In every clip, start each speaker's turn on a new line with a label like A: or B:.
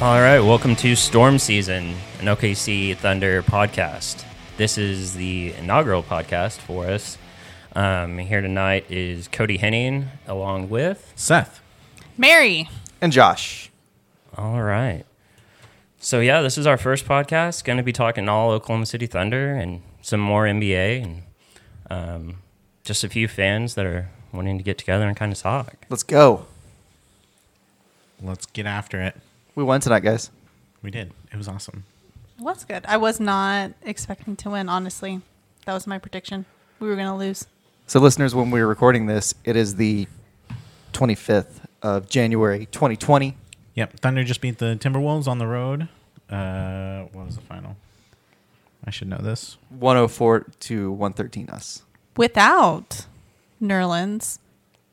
A: All right, welcome to Storm Season, an OKC Thunder podcast. This is the inaugural podcast for us. Um, here tonight is Cody Henning along with.
B: Seth.
C: Mary.
D: and Josh.
A: All right. So, yeah, this is our first podcast. Going to be talking all Oklahoma City Thunder and some more NBA and um, just a few fans that are wanting to get together and kind of talk.
D: Let's go.
B: Let's get after it.
D: We won tonight, guys.
B: We did. It was awesome.
C: Well, that's good. I was not expecting to win, honestly. That was my prediction. We were going to lose.
D: So, listeners, when we were recording this, it is the 25th of January, 2020.
B: Yep. Thunder just beat the Timberwolves on the road. Uh, what was the final? I should know this.
D: 104 to 113 us.
C: Without Nerlens,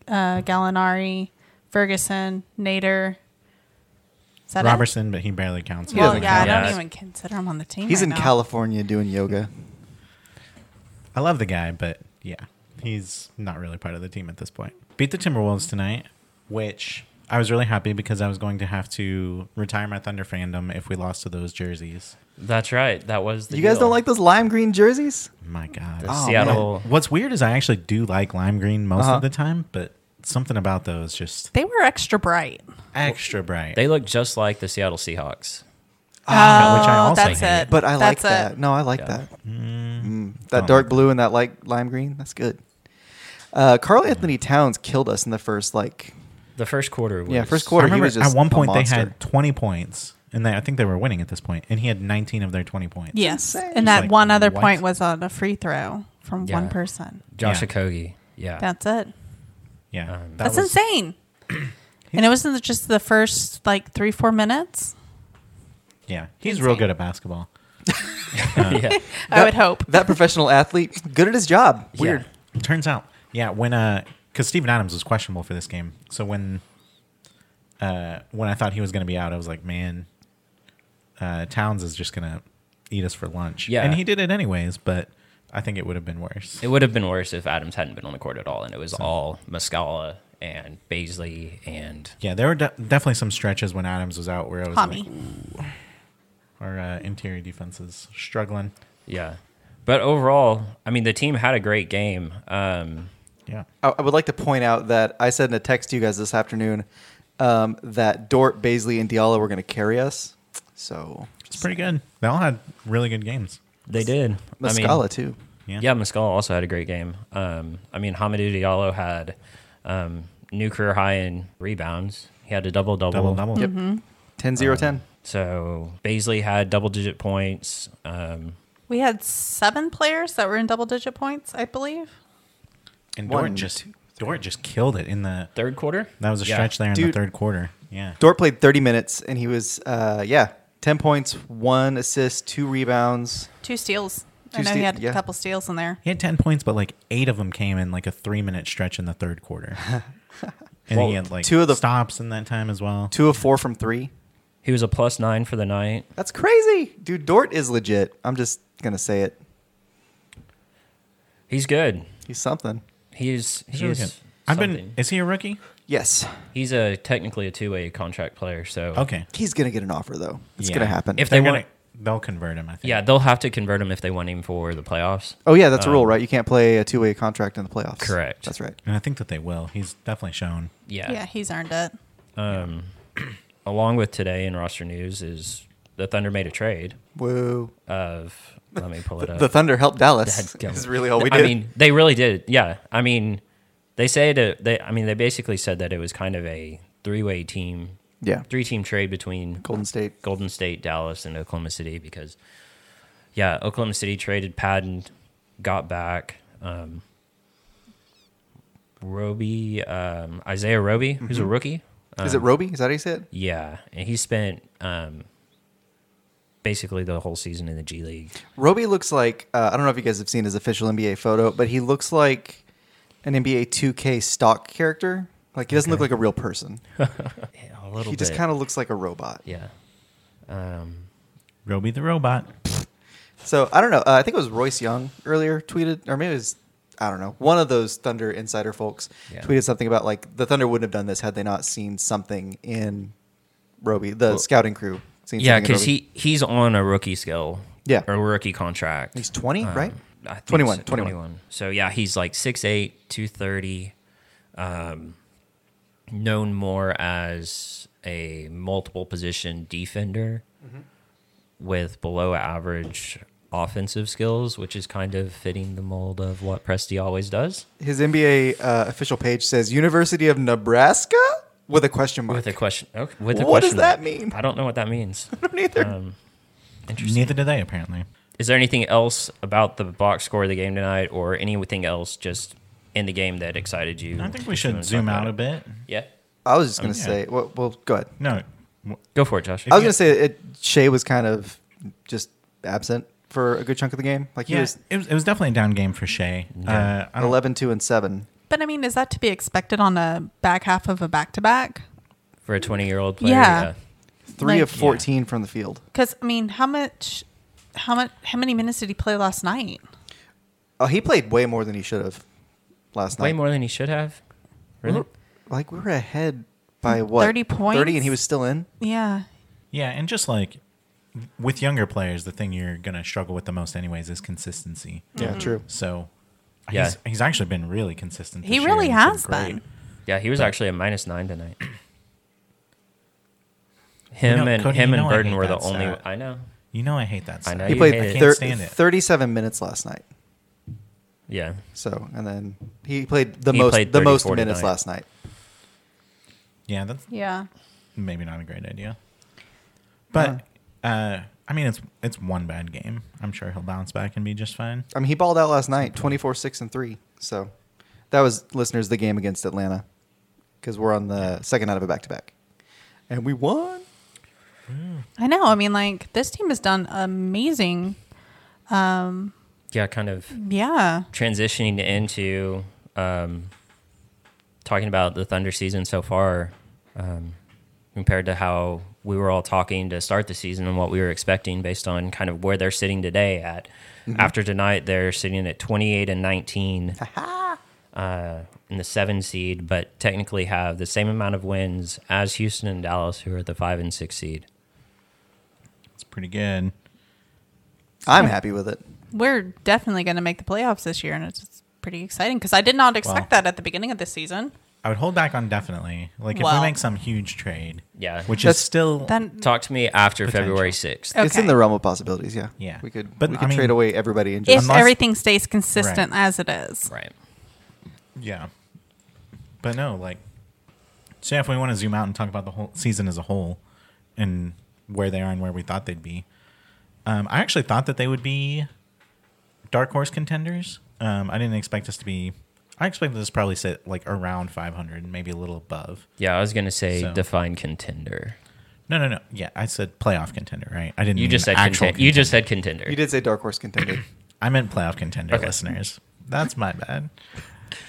C: uh, Gallinari, Ferguson, Nader. Is that it?
B: Robertson, but he barely counts.
D: He
C: well,
D: doesn't
C: yeah, I
A: count.
C: don't even consider him on the team.
D: He's
C: right
D: in
C: now.
D: California doing yoga.
B: I love the guy, but yeah, he's not really part of the team at this point. Beat the Timberwolves tonight, which I was really happy because I was going to have to retire my Thunder fandom if we lost to those jerseys.
A: That's right. That was the
D: You guys
A: deal.
D: don't like those lime green jerseys?
B: My God.
A: the
D: Oh,
A: Seattle.
B: What's weird is I actually do like lime green most
D: Uh-huh.
B: of the time, but something about those just
C: They were extra bright.
B: extra bright.
A: They look just like the Seattle Seahawks.
C: Oh,
B: Ah, which I also
C: that's
B: hate.
C: it.
D: But I like
C: That's
D: that.
C: It.
D: No, I like
A: Yeah.
D: that. Mm,
B: don't
D: that dark
B: like
D: blue and that light lime green. That's good. Uh, Carl Anthony Towns killed us in the first, like,
A: The first quarter was
D: Yeah, first quarter.
B: I
D: he
B: remember
D: was just
B: at one
D: a
B: point they
D: monster.
B: had 20 points, and they, I think they were winning at this point, and he had 19 of their 20 points.
C: Yes.
D: Insane.
C: And
B: Just
C: that
B: like,
C: one other
B: what?
C: point was on a free throw from
A: Yeah.
C: one person.
A: Josh
B: Yeah.
A: Okogie. Yeah.
C: That's it.
B: Yeah,
A: Um,
B: that
C: that's
B: was-
C: insane. and it wasn't just the first like three, four minutes.
B: Yeah, he's real
C: insane.
B: good at basketball.
A: yeah.
C: I would hope.
D: That professional athlete, good at his job. Weird.
B: Turns out, yeah, when uh, because Steven Adams was questionable for this game, so when uh when I thought he was going to be out, I was like, man, uh Towns is just going to eat us for lunch.
A: Yeah.
B: and he did it anyways, but I think it would have been worse.
A: It would have been worse if Adams hadn't been on the court at all, and it was all Muscala and Baisley and
B: yeah, there were de- definitely some stretches when Adams was out where I was
C: Tommy.
B: like, our uh, interior defenses struggling.
A: yeah. But overall, I mean, the team had a great game. Um,
B: Yeah.
D: I I would like to point out that I said in a text to you guys this afternoon um, that Dort, Baisley, and Diallo were going to carry us. So
B: It's pretty good. They all had really good games.
A: they did.
D: Muscala too.
B: Yeah.
A: Yeah, Muscala also had a great game. Um, I mean, Hamidou Diallo had um, new career high in rebounds. He had a double
B: Double
A: double.
B: double.
D: Yep. 10
A: uh,
D: 0 10.
A: So Baisley had double digit points. Um,
C: We had seven players that were in double digit points, I believe.
B: And
D: One,
B: Dort just Dort just killed it in the
A: third quarter.
B: that was a
A: Yeah.
B: stretch there in the
D: Dude.
B: third quarter. Yeah.
D: Dort played 30 minutes and he was, uh, yeah, 10 points, one assist, two rebounds.
C: Two steals. I
D: Two
C: know he
D: ste-
C: had
D: yeah.
C: a couple steals in there.
B: He had ten points, but like eight of them came in like a three minute stretch in the third quarter. and
A: Well,
B: he had like
D: two of the-
B: stops in that time as well.
D: Two of four from three.
A: He was a plus nine for the night.
D: That's crazy. Dude, Dort is legit. I'm just going to say it.
A: He's good.
D: He's something.
A: He's
B: He's really
A: he's.
B: good. I've been
A: something.
B: is he a rookie?
D: Yes.
A: He's a technically a two way contract player. So
B: Okay.
D: He's going to get an offer, though. It's
B: Yeah.
D: going to happen.
A: If
B: They
A: they
B: are
A: want,
B: gonna they'll convert him, I think.
A: yeah, they'll have to convert him if they want him for the playoffs.
D: oh, yeah, that's a rule,
A: Um,
D: right? You can't play a two way contract in the playoffs.
A: Correct.
D: That's right.
B: And I think that they will. He's definitely shown.
A: Yeah.
C: Yeah, he's earned it.
A: Um, along with today in roster news is the Thunder made a trade
D: Whoa.
A: of. Let me pull it up.
D: The Thunder helped Dallas.
A: That don't-
D: Is really all we
A: I
D: did.
A: mean, they really did. Yeah. I mean, they say that they. I mean, they basically said that it was kind of a three way team,
D: yeah,
A: three team trade between
D: Golden State.
A: Golden State, Dallas, and Oklahoma City because, yeah, Oklahoma City traded Patton, got back um, Roby, um, Isaiah Roby, who's a rookie.
D: Mm-hmm.
A: Um,
D: Is it Roby? Is that how you say it?
A: Yeah, and he spent um, basically the whole season in the G League.
D: Roby looks like uh, I don't know if you guys have seen his official NBA photo, but he looks like an NBA 2K stock character. Like he doesn't look like a real person.
A: Yeah, a little
D: He just
A: bit.
D: kind of looks like a robot.
A: yeah. Um,
B: Roby the robot.
D: So I don't know. Uh, I think it was Royce Young earlier tweeted, or maybe it was I don't know. One of those Thunder insider folks
A: Yeah.
D: tweeted something about like the Thunder wouldn't have done this had they not seen something in Roby, the scouting crew. seen
A: Yeah,
D: something in
A: because
D: Roby.
A: he he's on a rookie scale.
D: Yeah.
A: or rookie contract.
D: he's twenty,
A: Um,
D: right?
A: I think
D: 21,
A: so,
D: 21.
A: So yeah, he's like 6'8", 230, um, known more as a multiple position defender
D: Mm-hmm.
A: with below average offensive skills, which is kind of fitting the mold of what Presti always does
D: His NBA uh, official page says University of Nebraska with a question mark.
A: with a question. Okay, with a
D: What does
A: question
D: that
A: mark.
D: mean?
A: I don't know what that means.
D: Neither.
A: Um, interesting.
B: Neither do they, apparently.
A: Is there anything else about the box score of the game tonight, or anything else just in the game that excited you?
B: I think we
A: Just wanna
B: should
A: talk
B: zoom
A: about
B: out
A: it.
B: a bit.
A: Yeah,
D: I was just gonna
B: yeah.
D: say. Well, well, go ahead.
B: No. w-
A: go for it, Josh.
D: I was gonna say it. Shea was kind of just absent for a good chunk of the game. Like he
B: Yeah,
D: was
B: it was, it was definitely a down game for Shea. Uh, I don't-
D: 11, 2, and seven.
C: But I mean, is that to be expected on a back half of a back to back?
A: For a twenty-year-old player,
C: Yeah.
A: yeah.
D: Three
C: Like-
D: of fourteen from the field.
C: Because I mean, how much, how much, how many minutes did he play last night?
D: Oh, he played way more than he should have last
A: way
D: night.
A: more than he should have. Really?
D: Like we were ahead by what
C: 30 points?
D: Thirty, and he was still in.
C: Yeah,
B: Yeah, and just like with younger players, the thing you're going to struggle with the most, anyways, is consistency.
D: Yeah, true.
B: So
A: Yeah.
B: he's, he's actually been really consistent.
C: He
B: this
C: really
B: year, and
C: has
B: it's great.
C: been.
A: Yeah, he was actually a minus nine tonight. Him
B: You know,
A: and
B: Cody,
A: him
B: you
A: and
B: know I
A: Burden
B: hate
A: were the
B: that
A: only.
B: stat.
A: I know.
B: You know, I hate that.
A: I
B: stat.
A: know
D: He
A: you hate
D: played
A: it.
B: can't
D: thir-
B: stand it.
D: thirty-seven minutes last night.
A: Yeah,
D: So and then he played the
A: He
D: most
A: played
D: the most
A: 34
D: minutes
A: tonight.
D: last night.
B: Yeah, that's
C: yeah.
B: maybe not a great idea. But uh, I mean, it's it's one bad game. I'm sure he'll bounce back and be just fine.
D: I mean, he balled out last night, 24 6 and 3. So that was, listeners, the game against Atlanta because we're on the second night of a back to back. And we won.
C: I know. I mean, like this team has done amazing. Um,
A: yeah, kind of
C: yeah,
A: transitioning into um, talking about the Thunder season so far, um, compared to how we were all talking to start the season and what we were expecting based on kind of where they're sitting today at.
B: Mm-hmm.
A: After tonight, they're sitting at 28 and 19 uh, in the seven seed, but technically have the same amount of wins as Houston and Dallas, who are the five and six seed.
B: It's pretty good.
D: I'm happy with it.
C: we're definitely going to make the playoffs this year, and it's, it's pretty exciting because I did not expect
B: Wow.
C: that at the beginning of this season.
B: I would hold back on definitely. Like if
C: Well-
B: we make some huge trade,
A: Yeah.
B: which
D: That's-
B: is still
C: Then
A: Talk to me after
B: Potential. Oh.
A: February 6th.
C: Okay.
D: It's in the realm of possibilities. Yeah.
B: Yeah.
D: We could,
B: But,
D: we
B: I
D: could
B: mean-
D: trade away everybody and
C: if
D: just.
B: Unless-
C: everything stays consistent as it is,
A: Right.
B: yeah. But no, like, so if we want to zoom out and talk about the whole season as a whole and where they are and where we thought they'd be, um, I actually thought that they would be dark horse contenders. Um, I didn't expect us to be. I expected us to probably sit like around 500, maybe a little above.
A: Yeah, I was going to say
B: So-
A: define contender.
B: No, no, no. Yeah, I said playoff contender, right? I didn't.
A: You
B: mean
A: just said
B: actual.
A: contend- you just said contender.
D: You did say dark horse contender.
B: I meant playoff contender,
A: Okay.
B: listeners. That's my bad.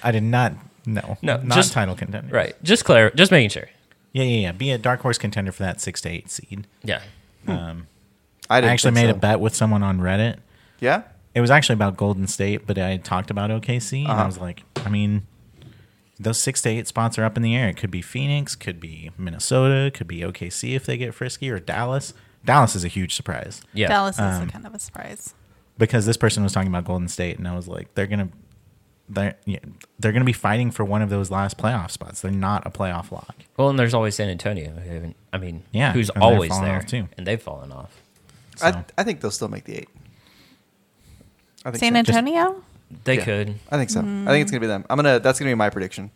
B: I did not. No,
A: No,
B: not
A: just-
B: title contender.
A: Right. Just clear. Just making sure.
B: Yeah, yeah, yeah. Be a dark horse contender for that six to eight seed.
A: Yeah.
D: I,
B: I
D: didn't
B: actually
D: think
B: made a
D: so.
B: bet with someone on Reddit.
D: Yeah.
B: It was actually about Golden State, but I had talked about OKC, and I
D: Uh-huh.
B: was like, I mean, those six to eight spots are up in the air. It could be Phoenix, could be Minnesota, could be OKC if they get frisky, or Dallas. Dallas is a huge surprise
A: Yeah.
C: Dallas is
B: Um,
C: kind of a surprise.
B: because this person was talking about Golden State, and I was like, they're gonna, they're yeah, they're gonna be fighting for one of those last playoff spots. They're not a playoff lock.
A: Well, and there's always San Antonio. who haven't- I mean,
B: Yeah,
A: who's
B: and they've
A: always
B: fallen
A: there,
B: off, too.
A: and they've fallen off.
D: I,
B: So-
D: I think they'll still make the eight. I think
C: San
D: so.
B: Just-
C: Antonio.
A: They
B: Yeah.
A: could.
D: I think so. I think it's going to be them. I'm going to, that's going to be my prediction.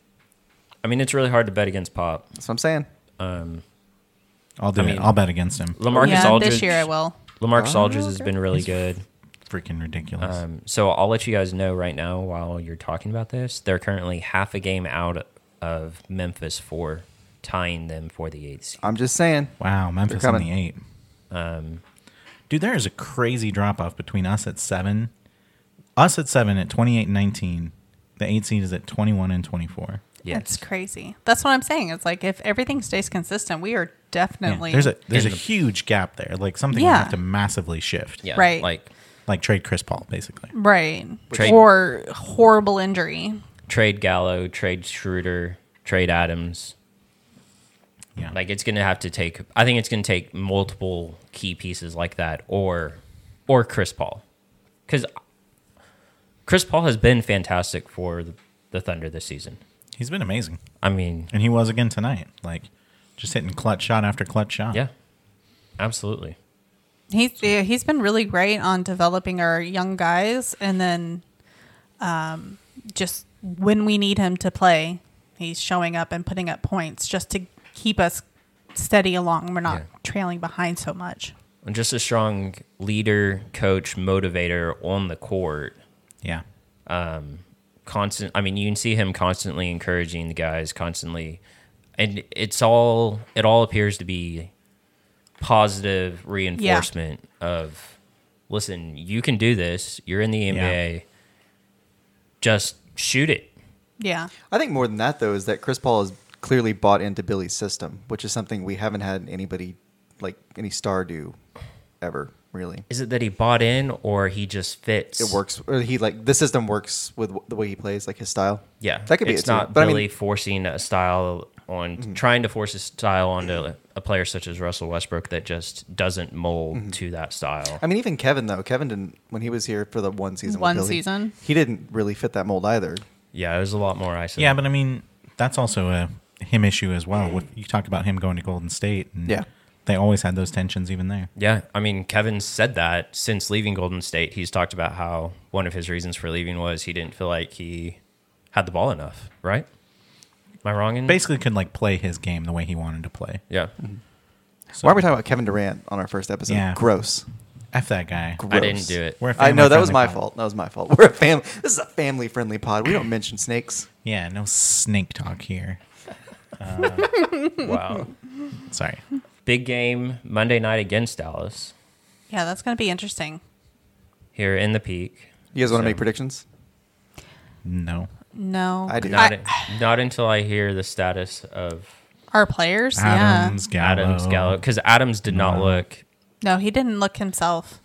A: I mean, it's really hard to bet against Pop.
D: That's what I'm saying.
A: Um,
B: I'll do
A: I
B: it.
A: mean-
B: I'll bet against him.
A: Lamarcus
C: yeah,
A: Aldridge.
C: this year I will.
A: Lamarcus
D: Oh,
A: Aldridge has
D: okay.
A: been really good.
B: Freaking ridiculous.
A: Um, so I'll let you guys know right now while you're talking about this. They're currently half a game out of Memphis for tying them for the eighth seed.
D: I'm just saying.
B: wow, Memphis
D: they're
B: on
D: coming.
B: the eight. Um, Dude, there is a crazy drop off between us at seven, us at seven at twenty eight and nineteen. The eight seed is at twenty one and twenty four.
A: Yes.
C: It's crazy. That's what I'm saying. It's like if everything stays consistent, we are definitely
B: there's a there's a
A: In the-
B: huge gap there. Like something
C: Yeah.
B: will have to massively shift.
A: Yeah.
C: Right.
A: Like
B: Like trade Chris Paul, basically.
C: right
A: Trade-
C: or horrible injury.
A: trade Gallo, trade Schroeder, trade Adams.
B: Yeah.
A: Like it's going to have to take. I think it's going to take multiple key pieces like that, or or Chris Paul, because Chris Paul has been fantastic for the, the Thunder this season.
B: He's been amazing.
A: I mean,
B: And he was again tonight. Like just hitting clutch shot after clutch shot.
A: yeah, absolutely.
C: He's yeah, he's been really great on developing our young guys, and then um, just when we need him to play, he's showing up and putting up points just to keep us steady along. We're not
A: Yeah.
C: trailing behind so much.
A: And just a strong leader, coach, motivator on the court.
B: Yeah.
A: constant i mean you can see him constantly encouraging the guys constantly and it's all it all appears to be positive reinforcement of listen you can do this you're in the
B: Yeah.
A: nba just shoot it
C: Yeah,
D: I think more than that, though, is that Chris Paul is clearly bought into Billy's system, which is something we haven't had anybody, like any star, do ever, really.
A: is it that he bought in or he just fits
D: It works, or he like the system works with w- the way he plays, like his style.
A: yeah
D: that could be
A: it's
D: it
A: not
D: too. But
A: really
D: I mean, Mm-hmm.
A: forcing a style on trying to force a style onto a player such as russell westbrook that just doesn't mold to that style
D: Mm-hmm. I mean, even Kevin though, Kevin didn't when he was here for the one season. with
C: One
D: Billy,
C: season.
D: he didn't really fit that mold either.
A: yeah it was a lot more isolated
B: Yeah, but I mean that's also a him issue as well. With you talk about him going to Golden State and
D: Yeah.
B: they always had those tensions even there.
A: Yeah, I mean, Kevin said that since leaving Golden State, he's talked about how one of his reasons for leaving was he didn't feel like he had the ball enough. Right? Am I wrong in?
B: Basically could like play his game the way he wanted to play.
A: yeah,
B: So,
D: Why are we talking about Kevin Durant on our first episode?
B: Yeah.
D: Gross.
B: F that guy.
A: I
D: Gross.
A: didn't do it.
B: We're a
D: I know that was
B: family-friendly
D: my
B: pod.
D: fault. That was my fault. We're a family. This is a family-friendly pod. We don't mention snakes.
B: Yeah, no snake talk here.
D: Uh,
A: wow,
B: Sorry.
A: big game Monday night against Dallas
C: yeah, that's gonna be interesting.
A: here in the Peak.
D: You guys want
A: So-
D: to make predictions?
B: No.
C: No,
D: I do.
A: Not not until I hear the status of
C: our players.
B: Adams Gallo.
A: Adams Gallo because Adams did not
B: No.
A: look.
C: Yeah, no, he didn't look himself.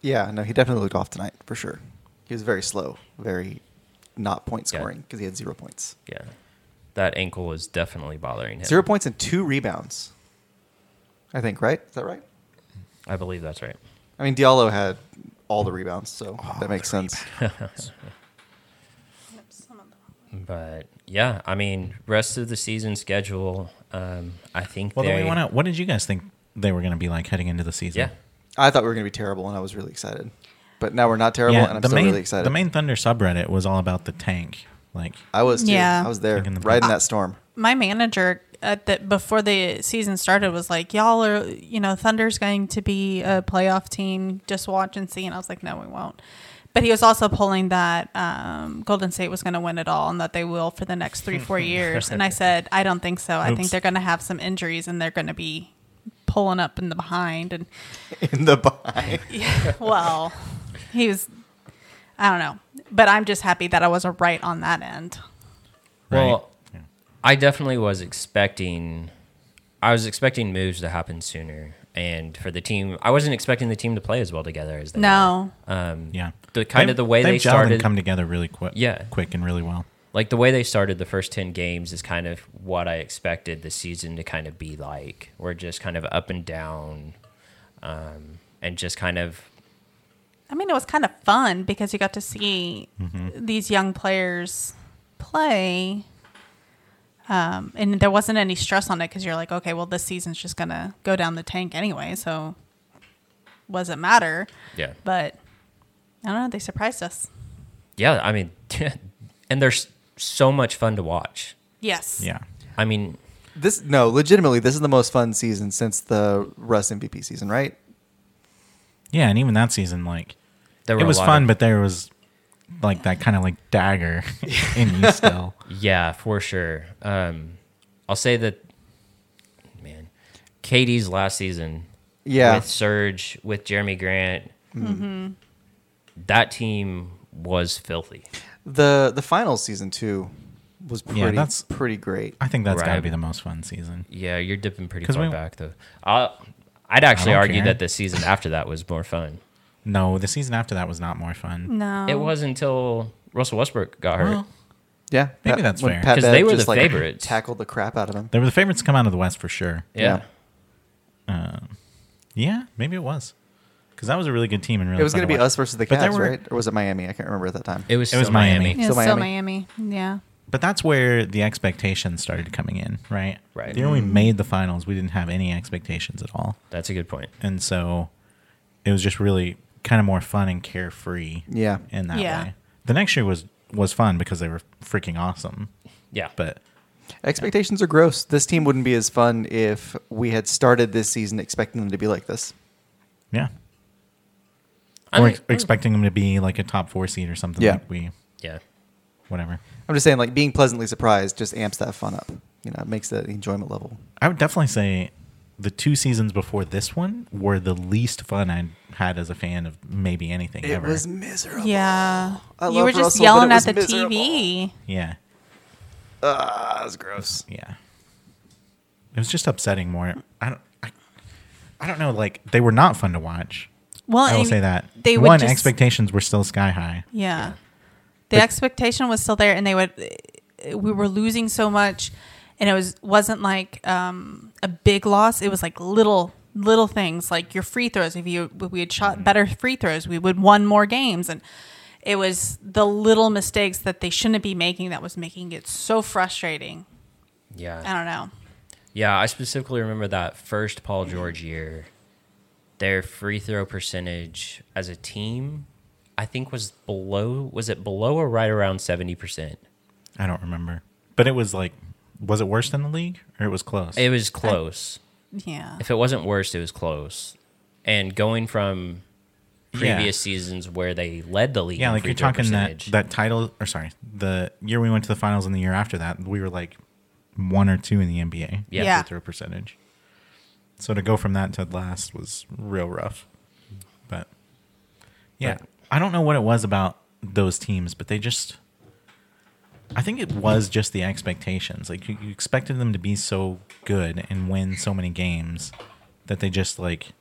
D: Yeah, no, he definitely looked off tonight for sure. He was very slow, very not point scoring because he had zero points.
A: Yeah, that ankle was definitely bothering him.
D: Zero points and two rebounds. I think, right? Is that right?
A: I believe that's right.
D: I mean, Diallo had all the rebounds, so that makes sense.
A: But yeah, I mean, rest of the season schedule. Um, I think
B: Well, then
A: they-
B: we went out. What did you guys think they were going to be like heading into the season?
A: Yeah.
D: I thought we were going to be terrible, and I was really excited. But now we're not terrible,
B: Yeah,
D: and I'm
B: the
D: still
B: main
D: really excited.
B: the main Thunder subreddit was all about the tank. Like,
D: I was too.
C: Yeah.
D: I was there,
B: Taking the-
D: riding that storm.
C: my manager at the before the season started was like, "Y'all are, you know, Thunder's going to be a playoff team. Just watch and see." And I was like, "No, we won't." But he was also pulling that um, Golden State was going to win it all and that they will for the next three, four years. And I said, "I don't think so. I think
B: Oops.
C: they're going to have some injuries and they're going to be pulling up in the behind." And
D: in the behind.
C: well, he was, I don't know, but I'm just happy that I wasn't right on that end.
A: Well,
B: Yeah.
A: I definitely was expecting. I was expecting moves to happen sooner, and for the team, I wasn't expecting the team to play as well together as they.
C: No,
B: yeah,
A: the kind of the way
B: they've
A: they
B: gelled and
A: started-
B: come together really quick.
A: Yeah.
B: quick and really well.
A: Like the way they started the first ten games is kind of what I expected the season to kind of be like. We're just kind of up and down, um, and just kind of
C: I mean, it was kind of fun because you got to see
B: Mm-hmm.
C: these young players play. Um, and there wasn't any stress on it because you're like, okay, well, this season's just going to go down the tank anyway. So, was it matter?
A: yeah,
C: But I don't know. They surprised us.
A: yeah. I mean, and they're s- so much fun to watch.
C: Yes.
B: Yeah,
A: I mean,
D: This no, legitimately, this is the most fun season since the Russ MVP season, right?
B: yeah, and even that season, like,
A: there were
B: it
A: a
B: was
A: lot
B: fun,
A: of-
B: but there was like that kind of like dagger in you still.
A: Yeah, for sure. Um, I'll say that, man, Katie's last season
D: Yeah,
A: with Serge, with Jeremy Grant, that team was filthy.
D: the the final season too was pretty
B: that's-
D: pretty great.
B: I think that's got to
A: Right.
B: be the most fun season.
A: Yeah, you're dipping pretty
B: 'Cause
A: far
B: we-
A: back, though. I'll, I'd actually
B: don't
A: argue
B: care.
A: that the season after that was more fun.
B: No, the season after that was not more fun.
C: No.
B: Oh.
A: It was until Russell Westbrook got hurt.
B: Well,
D: Yeah,
B: Maybe that's
D: when
B: fair.
D: Pat
A: 'Cause they
D: Bev
A: were
D: just,
A: the
D: like,
A: favorites.
D: Tackled the crap out of him.
B: They were the favorites to come out of the West for sure.
A: Yeah.
B: Um, yeah, maybe it was because that was a really good team and really.
D: It was
B: fun
D: going to be
B: watch.
D: us versus the
B: But there
D: Cavs,
B: were-
D: right? Or was it Miami? I can't remember at that time.
A: It was
B: It was
A: still Miami.
B: Miami.
C: Yeah,
D: So
C: still Miami. Yeah.
B: But that's where the expectations started coming in, right?
A: Right.
B: The year we made the finals, we didn't have any expectations at all,
A: That's a good point.
B: and so it was just really kind of more fun and carefree.
D: Yeah.
B: In that
C: Yeah.
B: way, the next year was was fun because they were freaking awesome,
A: Yeah.
B: but.
D: Expectations are gross. This team wouldn't be as fun if we had started this season expecting them to be like this.
B: Yeah.
A: I
B: or
A: mean- mm.
B: ex- expecting them to be like a top four seed or something.
D: Yeah.
B: Like we,
A: yeah.
B: whatever.
D: I'm just saying, like being pleasantly surprised just amps that fun up. You know, it makes the enjoyment level.
B: I would definitely say the two seasons before this one were the least fun I had as a fan of maybe anything
D: It
B: ever.
D: was miserable.
C: Yeah.
D: Oh, I
C: you
D: love
C: were just
D: Russell, but
C: yelling at
D: it was
C: the
D: miserable.
C: TV.
B: yeah.
D: Ah, that was gross.
B: Yeah. It was just upsetting more. I don't, I, I don't know. Like they were not fun to watch.
C: Well,
B: I will
C: and
B: say that.
C: they would
B: one,
C: just-
B: expectations were still sky high.
C: Yeah. The
B: But-
C: expectation was still there and they would we were losing so much and it was wasn't like um, a big loss. It was like little little things like your free throws. If you if we had
B: Mm-hmm.
C: shot better free throws, we would won more games and it was the little mistakes that they shouldn't be making that was making it so frustrating.
A: Yeah.
C: I don't know.
A: Yeah, I specifically remember that first Paul
B: Mm-hmm.
A: George year. Their free throw percentage as a team, I think was below was it below or right around 70%.
B: I don't remember. But it was like, was it worse than the league or it was close?
A: It was close.
C: Yeah.
A: if it wasn't worse, it was close. And going from previous seasons where they led the league,
B: Yeah,
A: in
B: like
A: free
B: you're
A: throw
B: talking that,
A: percentage.
B: that title, or sorry, the year we went to the finals and the year after that, we were like one or two in the NBA.
A: Yeah.
C: Yeah.
B: Free throw percentage. So to go from that to last was real rough. But yeah,
A: But-
B: I don't know what it was about those teams, but they just, I think it was just the expectations. Like you, you expected them to be so good and win so many games that they just like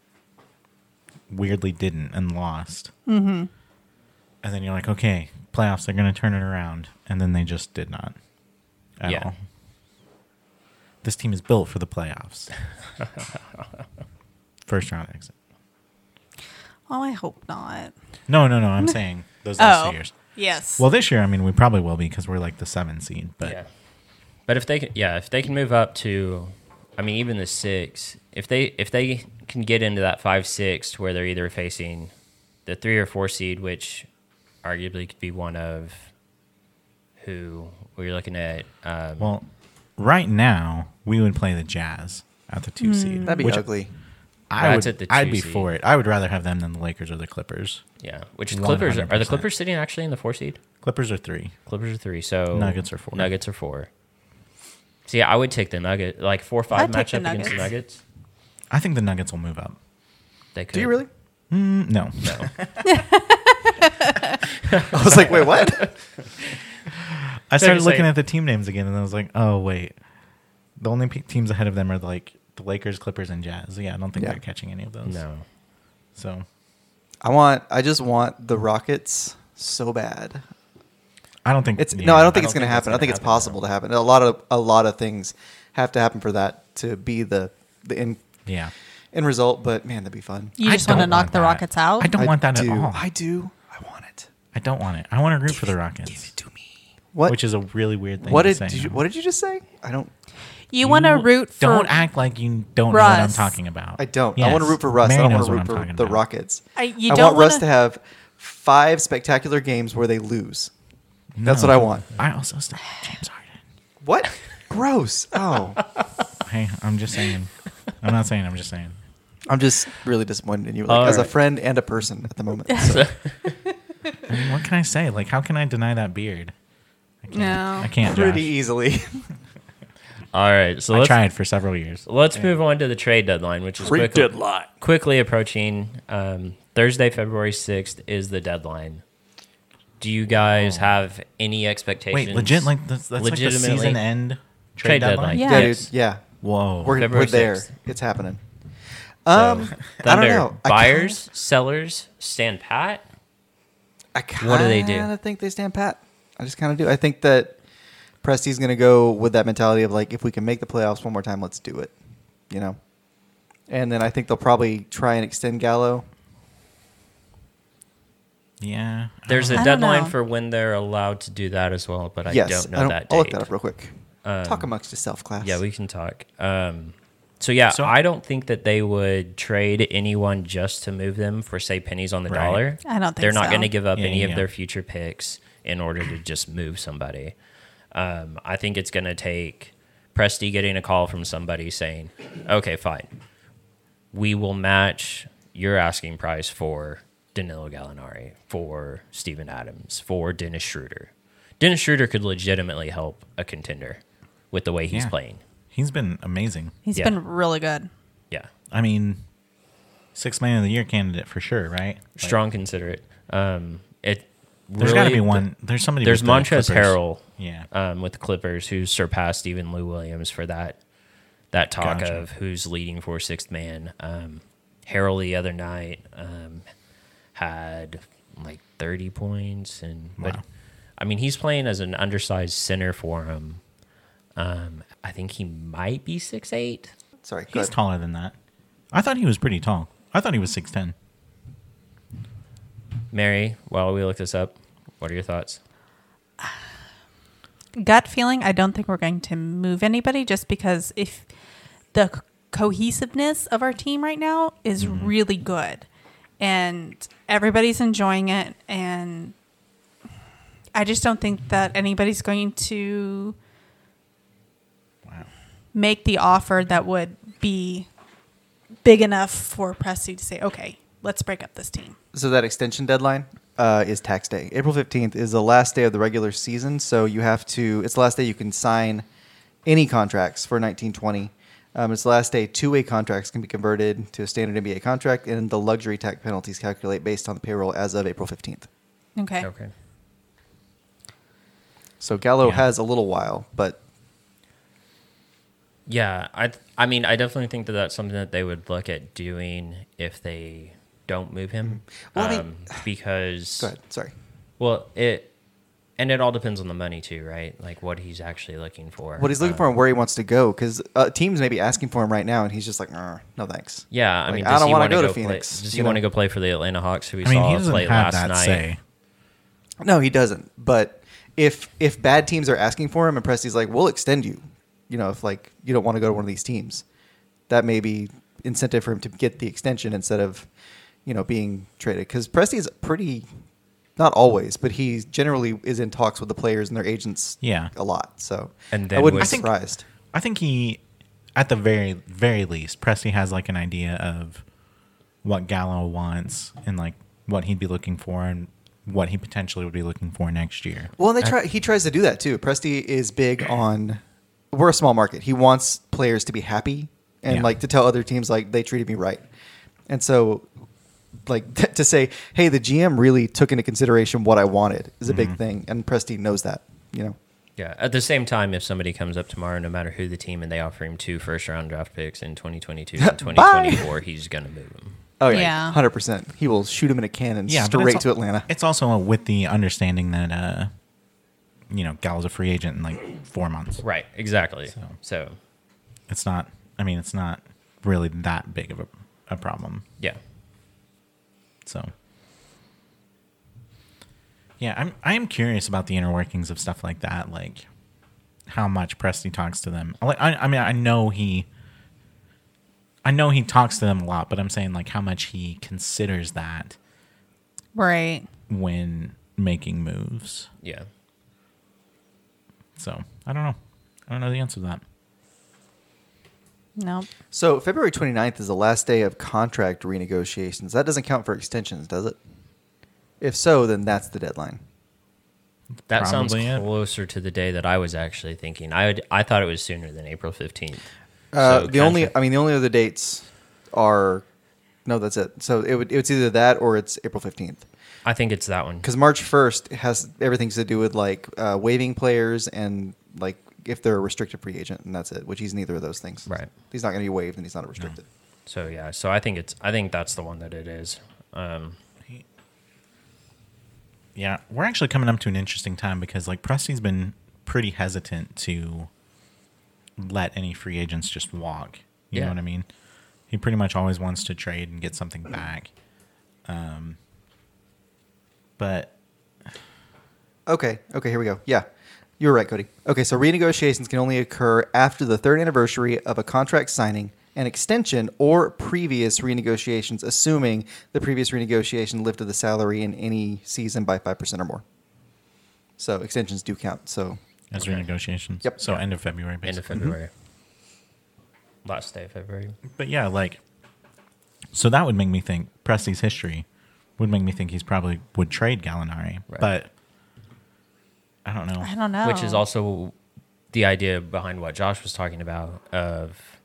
B: weirdly didn't and lost. And then you're like, okay, playoffs, they're going to turn it around. And then they just did not at
A: Yeah.
B: all. This team is built for the playoffs. First round exit.
C: Oh, I hope not.
B: No, no, no. I'm saying those last
C: Oh.
B: two years.
C: Yes.
B: Well, this year, I mean, we probably will be because we're like the seven seed. But
A: yeah. But if they can, yeah, if they can move up to, I mean, even the six, if they if they can get into that five six to where they're either facing the three or four seed, which arguably could be one of who we're looking at. Um,
B: well, right now we would play the Jazz at the two seed.
D: That'd be
B: which
D: ugly.
B: I
A: That's
B: would,
A: at the
B: I'd
A: two
B: be
A: seed.
B: for it. I would rather have them than the Lakers or the Clippers.
A: yeah, which is Clippers are the
B: 100%.
A: Clippers sitting actually in the four seed?
B: Clippers are three.
A: Clippers are three, so
B: Nuggets are four.
A: Nuggets are four. See, I would take the Nugget like four five
C: I'd take the
A: matchup against the
C: Nuggets.
A: Nuggets.
B: I think the Nuggets will move up.
A: They could.
D: Do you really?
B: Mm, no.
A: No.
D: I was like, wait, what?
B: I started
A: just
B: looking
A: like-
B: at the team names again, and I was like, "Oh wait, the only pe- teams ahead of them are like the Lakers, Clippers, and Jazz." Yeah, I don't think
D: Yeah.
B: they're catching any of those.
A: no.
B: So
D: I want. I just want the Rockets so bad.
B: I don't think
D: It's
B: yeah,
D: no, I don't think
A: I
D: it's
A: don't
D: going to
A: think
D: happen. I
A: that's
D: think it's
A: gonna happen,
D: possible to happen. A lot of a lot of things have to happen for that to be the the end
B: Yeah,
D: end result. But man, that'd be fun.
C: you
B: I
C: just want to
B: don't
C: knock
B: want
C: the
B: that.
C: Rockets out?
B: I don't want that
D: do.
B: at all.
D: I
B: I,
D: do. I want it.
B: don't want it. I want to root for the Rockets,
D: To me. What?
B: which is a really weird thing.
D: what
B: to
D: did,
B: say
D: did you,
B: now.
D: what did you just say? I don't.
C: you want to root for
B: Don't act like you don't know what I'm
C: Russ.
B: talking about.
D: I don't. I
B: Yes.
D: want to root for Russ.
B: Mary
D: I don't
B: knows what I'm
D: want to root for
B: talking
D: the
B: about.
D: Rockets.
C: I- you
D: I
C: don't
D: want Russ
C: wanna-
D: to have five spectacular games where they lose. That's
B: No.
D: what I want.
B: I also still like James Harden.
D: What? Gross. Oh,
B: Hey, I'm just saying. I'm not saying. I'm just saying.
D: I'm just really disappointed in you, like,
A: All
D: as a
A: right.
D: friend and a person at the moment. So,
B: I mean, what can I say? Like, how can I deny that beard? I can't.
C: No.
B: I can't.
D: pretty
B: Josh.
D: easily.
A: All right, so
B: I
A: let's
B: tried for several years.
A: let's move on to the trade deadline, which is quickly,
D: deadline.
A: quickly approaching. Um, Thursday, February sixth is the deadline. Do you guys have any expectations?
B: Wait, legit? Like that's, that's like the
A: Legitimately.
B: season end
A: Trade
B: trade, deadline.
A: deadline.
C: Yeah.
D: Yeah,
A: Yes.
D: dude. Yeah,
B: Whoa.
D: we're, we're
A: February
D: there.
A: 6th.
D: It's happening. Um,
A: Thunder,
D: I don't know. I
A: Buyers, sellers, stand pat.
D: kinda- I kind
A: What do they do?
D: I think they stand pat. I just kind of do. I think that Presti's going to go with that mentality of like, if we can make the playoffs one more time, let's do it. You know, and then I think they'll probably try and extend Gallo.
B: Yeah. I
A: There's
B: don't
A: a
B: know.
C: I don't
A: deadline
C: know.
A: for when they're allowed to do that as well, but I
D: yes,
A: don't know that date.
D: I'll look that up real quick.
A: Um,
D: Talk amongst yourself, class.
A: Yeah, we can talk. Um, so yeah,
B: So-
A: I don't think that they would trade anyone just to move them for say pennies on the
B: Right.
A: dollar.
C: I don't think
A: they're not
C: so.
A: going to give up
B: Yeah,
A: any
B: yeah,
A: of
B: yeah.
A: their future picks in order to just move somebody. Um, I think it's going to take Presti getting a call from somebody saying, "Okay, fine, we will match your asking price for Danilo Gallinari, for Steven Adams, for Dennis Schroeder. Dennis Schroeder could legitimately help a contender with the way he's
B: Yeah.
A: playing.
B: He's been amazing.
C: He's
A: Yeah.
C: been really good.
A: Yeah,
B: I mean, six man of the year candidate for sure, right? Like,
A: strong, considerate. Um, it
B: There's
A: really,
B: got to be one. There's somebody.
A: There's
B: with the
A: Montrezl
B: Clippers.
A: Harrell
B: Yeah.
A: um, with the Clippers, who surpassed even Lou Williams for that that talk
B: Gotcha.
A: of who's leading for sixth man. Um, Harrell the other night um, had like 30 points, and but
B: Wow.
A: I mean he's playing as an undersized center for him. Um, I think he might be six eight.
D: Sorry, go
B: He's
D: ahead.
B: taller than that. I thought he was pretty tall. I thought he was six ten.
A: Mary, while we look this up, what are your thoughts?
C: Gut feeling, I don't think we're going to move anybody just because if the c- cohesiveness of our team right now is
A: Mm-hmm.
C: really good and everybody's enjoying it and I just don't think that anybody's going to
B: Wow.
C: make the offer that would be big enough for Presti to say, okay, let's break up this team.
D: So that extension deadline uh, is tax day. April fifteenth is the last day of the regular season, so you have to. It's the last day you can sign any contracts for nineteen twenty. Um, it's the last day two-way contracts can be converted to a standard NBA contract, and the luxury tax penalties calculate based on the payroll as of April fifteenth.
C: Okay.
A: Okay.
D: So Gallo
B: Yeah.
D: has a little while, but
A: Yeah, I th- I mean I definitely think that that's something that they would look at doing if they don't move him,
D: Mm-hmm. Well, I mean-
A: um, because
D: go ahead. Sorry.
A: well it and it all depends on the money too, right? Like what he's actually looking for.
D: What he's looking
A: Um,
D: for and where he wants to go, because uh, teams may be asking for him right now, and he's just like, "Nah, no thanks.
A: Yeah, I
D: Like,
A: mean,
D: I
A: does
D: don't
A: he
D: wanna
A: want to
D: go
A: go,
D: to
A: play-
D: Phoenix,
A: does
D: you
A: he want
D: know?
A: to go play for the Atlanta Hawks, who we
B: I mean, he
A: saw
B: doesn't
A: play last
B: have that
A: night?
B: say.
D: No, he doesn't. But if if bad teams are asking for him, and Presti's like, "We'll extend you," you know, if like you don't want to go to one of these teams, that may be incentive for him to get the extension instead of you know being traded. Because Presti's pretty, not always, but he generally is in talks with the players and their agents.
B: Yeah.
D: a lot. So
A: And
D: I
A: then
D: wouldn't
A: would-
D: be
A: I think-
D: surprised.
B: I think he, at the very very least, Presti has like an idea of what Gallo wants and like what he'd be looking for and what he potentially would be looking for next year.
D: Well, and they try. He tries to do that too. Presti is big on. We're a small market. He wants players to be happy and
B: Yeah.
D: like to tell other teams like they treated me right, and so like to say, hey, the GM really took into consideration what I wanted is a
B: Mm-hmm.
D: big thing, and Presti knows that. You know,
A: Yeah. At the same time, if somebody comes up tomorrow, no matter who the team, and they offer him two first round draft picks in 2022 and 2024, he's going to move him.
D: oh
C: yeah. Yeah.
D: hundred percent. He will shoot him in a cannon
B: Yeah, but
D: straight
B: it's
D: to
B: al-
D: Atlanta.
B: It's also with the understanding that uh, you know, Gallo's a free agent in like four months.
A: Right. Exactly.
B: So-
A: so
B: It's not. I mean, it's not really that big of a, a problem.
A: yeah.
B: So, yeah, I'm I am curious about the inner workings of stuff like that, like how much Presti talks to them. Like, I, I mean, I know he, I know he talks to them a lot, but I'm saying like how much he considers that
C: Right.
B: when making moves.
A: Yeah.
B: So I don't know. I don't know the answer to that.
C: Nope.
D: So February 29th is the last day of contract renegotiations. That doesn't count for extensions, does it? If so, then that's the deadline.
A: That
B: Probably it.
A: sounds closer to the day that I was actually thinking. I would, I thought it was sooner than April 15th.
D: Uh,
A: So
D: the only,
A: contract-
D: I mean, the only other dates are, no, that's it. So it would, it's either that or it's April fifteenth,
A: I think it's that one.
D: because March first has everything to do with like uh, waiving players and like if they're a restricted free agent, and that's it. Which he's neither of those things.
A: Right.
D: He's not going to be waived, and he's not a restricted.
A: So yeah, so I think it's I think that's the one that it is. Um,
B: Yeah, we're actually coming up to an interesting time because like Presti's been pretty hesitant to let any free agents just walk. You
A: Yeah.
B: know what I mean? He pretty much always wants to trade and get something back. Um, but
D: Okay. Okay. Here we go. Yeah. You were right, Cody. Okay. So renegotiations can only occur after the third anniversary of a contract signing, an extension, or previous renegotiations, assuming the previous renegotiation lifted the salary in any season by 5% or more. So extensions do count. So,
B: as
A: Okay.
B: renegotiations,
D: Yep.
B: So end of February, basically.
A: End of February. Last day of February.
B: But yeah, like, so that would make me think Presley's history would make me think he's probably would trade Gallinari,
A: Right.
B: but I don't know.
C: I don't know.
A: Which is also the idea behind what Josh was talking about of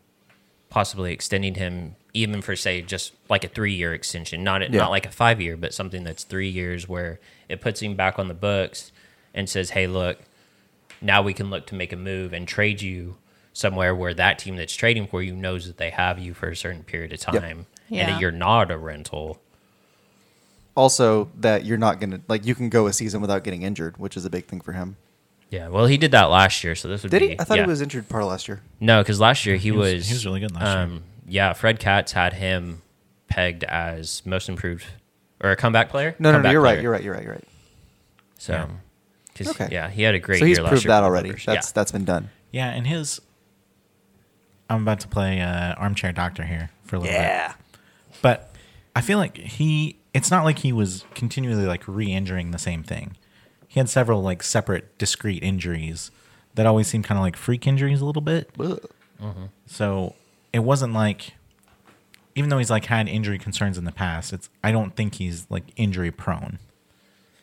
A: possibly extending him even for say just like a three year extension, not
D: Yeah.
A: not like a five year, but something that's three years where it puts him back on the books and says, Hey, look, now we can look to make a move and trade you somewhere where that team that's trading for you knows that they have you for a certain period of time and
C: Yeah.
A: that you're not a rental.
D: also that you're not going to, like, you can go a season without getting injured, which is a big thing for him.
A: Yeah, well, he did that last year, so this would
D: Did
A: be.
D: he? I thought
A: yeah.
D: he was injured part of last year.
A: No, because last year he,
B: was-
A: was, um,
B: he was really good last year.
A: Yeah, Fred Katz had him pegged as most improved or a comeback player.
D: No, no, no.
A: Comeback
D: You're right.
A: player.
D: You're right. You're right. You're right.
A: So, because
D: Okay.
A: yeah, he had a great
D: so
A: year
D: he's
A: last
D: proved
A: year.
D: that
A: for the
D: already.
A: Clippers.
D: That's that's been done.
B: Yeah, and his. I'm about to play uh, armchair doctor here for a little bit, but I feel like he. It's not like he was continually like re-injuring the same thing. He had several like separate, discrete injuries that always seemed kind of like freak injuries a little bit.
D: Ugh.
B: So it wasn't like, even though he's like had injury concerns in the past, it's I don't think he's like injury prone,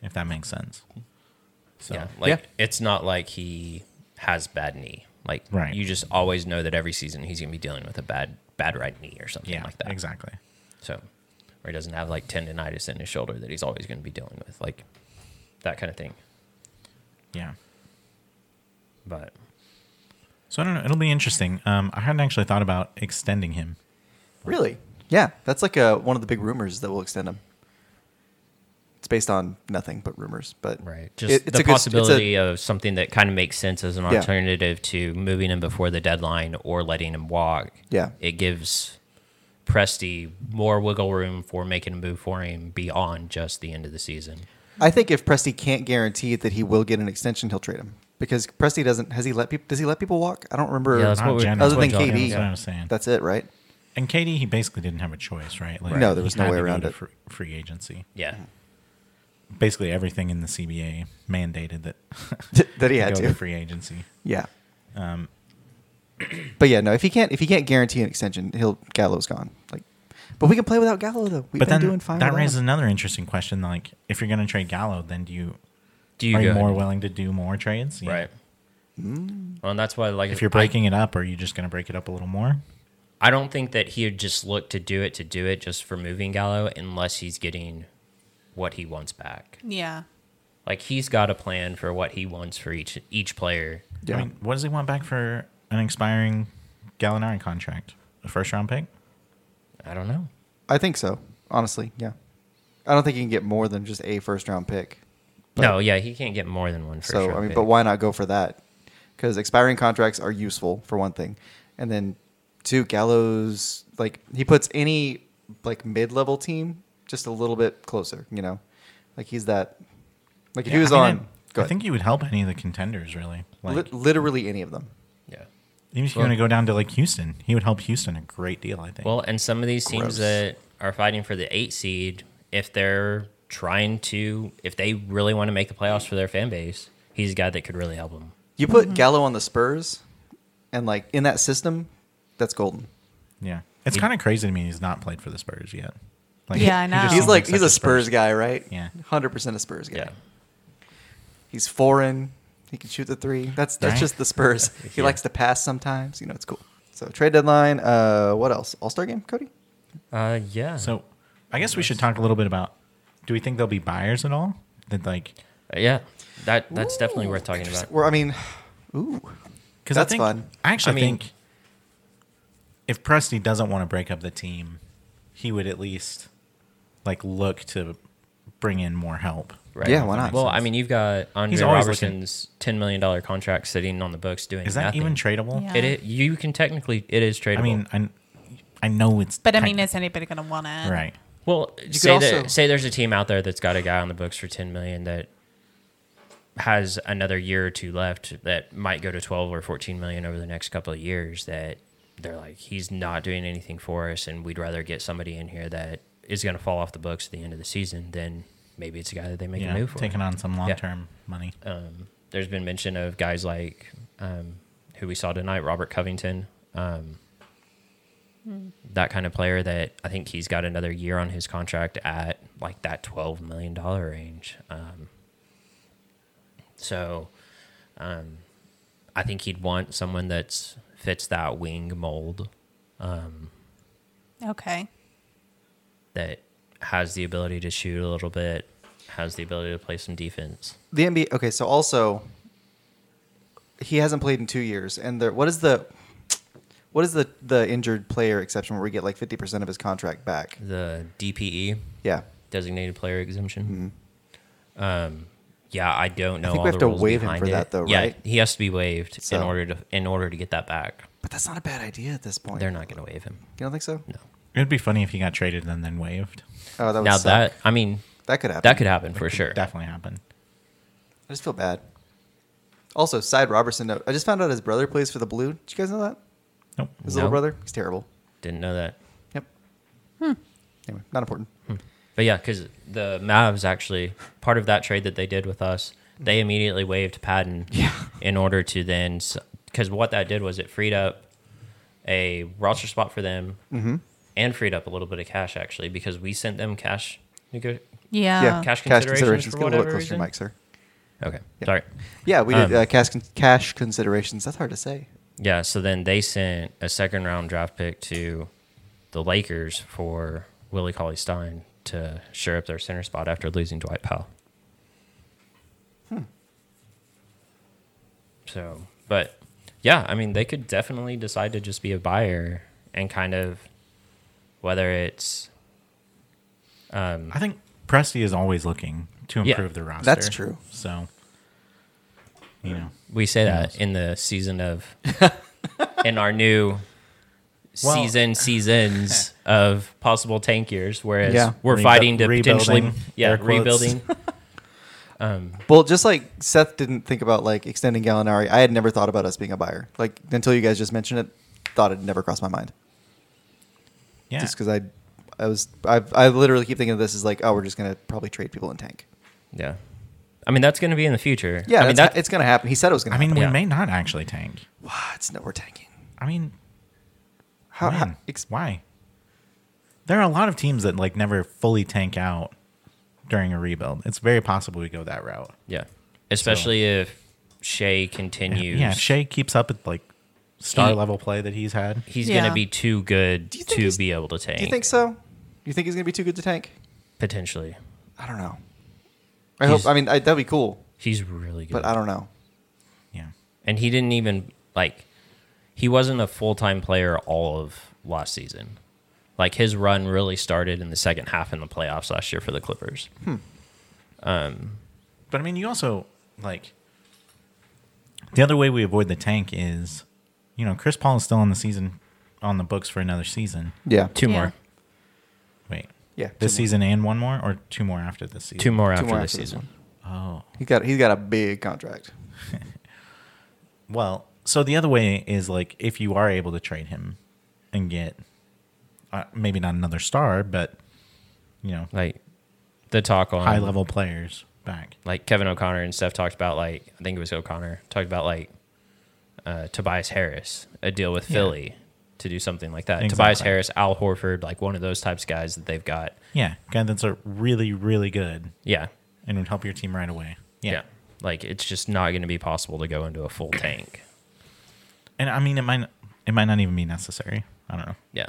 B: if that makes sense. So
A: yeah. Like it's not like he has bad knee. Like
B: Right.
A: you just always know that every season he's gonna be dealing with a bad bad right knee or something
B: yeah,
A: like that.
B: exactly.
A: So, or he doesn't have like tendonitis in his shoulder that he's always gonna be dealing with, like that kind of thing.
B: Yeah.
A: But
B: So I don't know. It'll be interesting. Um, I hadn't actually thought about extending him.
D: Really? Yeah, that's like a, one of the big rumors that will extend him. It's based on nothing but rumors, but
A: Right.
D: it-
A: Just the
D: good-
A: possibility of something that kind of makes sense as an
D: Yeah.
A: alternative to moving him before the deadline or letting him walk.
D: Yeah.
A: It gives Presti more wiggle room for making a move for him beyond just the end of the season.
D: I think if Presti can't guarantee that he will get an extension, he'll trade him because Presti doesn't. Has he let people? Does he let people walk? I don't remember.
A: Yeah, that's
B: Not
A: what we-
B: generally.
D: other
A: what
D: than
A: John-
D: KD,
B: That's what I was saying.
D: That's it, right?
B: and KD, he basically didn't have a choice, right? Like,
D: No, there
B: he
D: was no
B: had
D: way
B: to go
D: around
B: to
D: it.
B: fr- Free agency.
A: Yeah.
B: Basically, everything in the CBA mandated that
D: that he had
B: go
D: to.
B: free agency.
D: Yeah. but yeah, no. If he can't, if he can't guarantee an extension, he'll Gallo's gone. Like, but we can play without Gallo though. We've
B: but then
D: been doing fine.
B: that
D: without
B: raises
D: him.
B: another interesting question. Like, if you're going to trade Gallo, then do you
A: Do you
B: are
A: go
B: you more
A: ahead?
B: willing to do more trades? Yeah.
A: Right.
D: Mm.
A: Well, and that's why, like,
B: If you're
A: I-
B: breaking it up, are you just going to break it up a little more?
A: I don't think that he would just look to do it to do it just for moving Gallo unless he's getting what he wants back.
C: yeah.
A: Like he's got a plan for what he wants for each each player.
D: Yeah.
B: I mean, what does he want back for an expiring Gallinari contract? A first round pick?
A: I don't know.
D: I think so. Honestly, yeah. I don't think you can get more than just a first round pick.
A: no, yeah, he can't get more than one first
D: so
A: round
D: I mean,
A: pick.
D: but why not go for that? Because expiring contracts are useful for one thing, and then two Gallows like he puts any like mid level team just a little bit closer. You know, like he's that. Like if he
B: Yeah,
D: was
B: I mean,
D: on,
B: I,
D: go
B: I think he would help any of the contenders really. Like,
D: ahead. Li- literally any of them.
A: Yeah.
B: even if you're
A: well-
B: going to go down to like Houston, he would help Houston a great deal. I think.
A: Well, and some of these teams
D: Gross.
A: that are fighting for the eight seed, if they're trying to, if they really want to make the playoffs for their fan base, he's a guy that could really help them.
D: You put Gallo on the Spurs, and like in that system, that's golden.
B: yeah, it's kind of crazy to me he's not played for the Spurs yet. Like,
C: Yeah, I
B: he just
C: know.
B: seems
D: He's like
B: such
D: he's a Spurs, guy, right?
B: Yeah.
D: hundred percent a Spurs guy.
A: Yeah.
D: He's foreign. He can shoot the three. That's that's
B: Right.
D: just the Spurs. He
A: Yeah.
D: likes to pass sometimes. You know, it's cool. So trade deadline. Uh, what else? All Star game, Cody.
A: Uh, yeah.
B: So, I guess we should talk a little bit about. Do we think there'll be buyers at all? That like
A: Uh, yeah, that that's definitely worth talking about.
D: Well, I mean, ooh,
B: because
D: That's
B: I think,
D: fun.
B: I actually
A: I mean-
B: think if Presti doesn't want to break up the team, he would at least like look to bring in more help.
E: right?
D: Yeah, why not?
A: Well, I mean, you've got Andre
B: He's always
A: Robertson's ten million dollar contract sitting on the books doing
B: Is that
A: nothing.
B: even tradable?
C: Yeah.
A: It, i- you can technically it is tradable.
B: I mean, I, I know it's.
C: But I mean,
B: techni-
C: is anybody going to want it?
B: right.
A: well, say
D: could also-
A: that say there's a team out there that's got a guy on the books for ten million that has another year or two left that might go to twelve or fourteen million over the next couple of years. That they're like, he's not doing anything for us, and we'd rather get somebody in here that is going to fall off the books at the end of the season than maybe it's a guy that they make
B: Yeah,
A: a move for.
B: taking on some long term money.
A: um, there's been mention of guys like um, who we saw tonight, Robert Covington, um, that kind of player that I think he's got another year on his contract at like that twelve million dollar range. Um, so, um, I think he'd want someone that's fits that wing mold
C: Okay.
A: that has the ability to shoot a little bit, has the ability to play some defense.
D: The NBA. Okay, so also he hasn't played in two years, and the, what is the what is the the injured player exception where we get like fifty percent of his contract back?
A: The E, DPE,
D: Yeah,
A: designated player exemption. Um, yeah, I don't know.
D: Mm-hmm. think we
A: all
D: have
A: the
D: to
A: rules
D: waive him
A: behind
D: for
A: it.
D: that, though,
A: yeah,
D: right?
A: He has to be waived in
D: So-
A: order to in order to get that back.
D: but that's not a bad idea at this point.
A: They're not going to waive him.
D: You don't think so?
A: No.
B: It'd be funny if he got traded and then waived.
D: Oh, that would
A: now
D: suck.
A: that I mean,
D: that could happen.
A: that could happen for sure.
B: Definitely happen.
D: I just feel bad. Also, side Robertson note. I just found out his brother plays for the Blue. Did you guys know that?
B: Nope.
D: His little
A: No.
D: brother. He's terrible.
A: Didn't know that.
D: Yep. Anyway, not important.
A: But yeah, because the Mavs actually part of that trade that they did with us, they immediately waived Patton in order to then because what that did was it freed up a roster spot for them
D: Mm-hmm.
A: and freed up a little bit of cash actually because we sent them cash. nego-
C: Yeah.
D: yeah,
A: cash considerations for
D: Get a little
A: whatever
D: bit closer to
A: reason?
D: your mic, sir.
A: Okay,
D: Yeah.
A: sorry.
D: Yeah, we did
A: Um,
D: uh, cash con- cash considerations. That's hard to say.
A: Yeah, so then they sent a second round draft pick to the Lakers for Willie Cauley Stein to shore up their center spot after losing Dwight Powell. Hmm. So, but yeah, I mean, they could definitely decide to just be a buyer and kind of whether it's
B: I think Presti is always looking to
A: Mm. Yeah.
B: improve the roster.
D: That's true.
B: So, you know,
A: we say that in the season of in our new
B: Well-
A: season seasons of possible tank years whereas
D: Yeah.
A: we're
B: Rebu-
A: fighting to potentially
B: rebuilding,
A: yeah
B: air quotes.
A: rebuilding
D: Well, just like Seth didn't think about like extending Gallinari, I had never thought about us being a buyer. Like until you guys just mentioned it, thought it never crossed my mind.
B: yeah.
D: Just because I, I was I I literally keep thinking of this as like oh we're just gonna probably trade people in tank.
A: yeah i mean that's going to be in the future
D: Yeah,
A: i mean
D: that's-
A: that
D: it's gonna happen. He said it was gonna.
B: I mean, we
A: Yeah.
B: may not actually tank.
D: wow, it's no we're tanking.
B: I mean,
D: How, how-
B: when?
D: ex-
B: why? There are a lot of teams that like never fully tank out during a rebuild. It's very possible we go that route.
A: yeah especially if Shea continues
B: Yeah, if Shea keeps up with like star
A: He-
B: level play that he's had.
A: he's
C: Yeah.
A: going to be too good
D: you think
A: to
D: he's-
A: be able to tank
D: do you think so? You think he's gonna be too good to tank?
A: potentially
D: I don't know. I
A: He's-
D: hope. I mean, I, that'd be cool,
A: he's really good
D: but I don't know.
B: Yeah.
A: and he didn't even like he wasn't a full-time player all of last season like his run really started in the second half in the playoffs last year for the clippers
B: But I mean, you also like the other way we avoid the tank is, you know, Chris Paul is still on the season, on the books for another season.
D: Yeah,
A: two
C: Yeah.
A: more
B: Wait,
D: yeah.
B: this
D: two more.
B: season and one more, or two more after this season.
A: two more
D: Two
A: after
D: more
A: this
D: after this
A: season
D: one.
B: Oh,
D: he got he got a big contract.
B: well. So the other way is like if you are able to trade him and get uh, maybe not another star, but you know,
A: like the talk on
B: high level players back.
A: like kevin o'connor and steph talked about like i think it was o'connor talked about like uh, tobias harris a deal with philly to do something like that tobias
B: Exactly.
A: harris al horford like one of those types of guys that they've got
B: Yeah, guy that's a really really good
A: yeah
B: and would help your team right away.
A: yeah,
B: yeah.
A: like it's just not going to be possible to go into a full tank
B: and I mean it might it might not even be necessary. I don't know.
A: Yeah.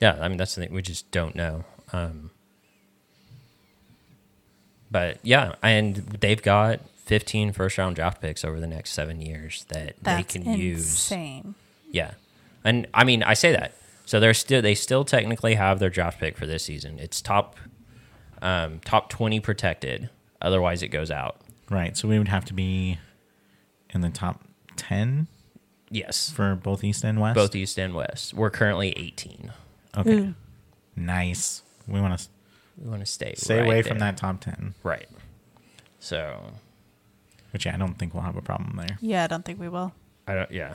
A: Yeah, I mean that's the thing we just don't know. Um but yeah, and they've got 15 first round draft picks over the next 7 years that
C: That's
A: they can use.
C: insane.
A: Yeah. And I mean, I say that. So they're still they still technically have their draft pick for this season. It's top um top 20 protected. Otherwise, it goes out.
B: Right. So we would have to be in the top 10
A: Yes,
B: for both East and West.
A: both E- East and West. We're currently 18.
B: Okay. Nice. We want to
A: We want to stay
B: stay
A: right
B: away from
A: there.
B: that top 10,
A: Right. So
B: which yeah, I don't think we'll have a problem there.
C: Yeah, I don't think we will.
A: I don't. Yeah.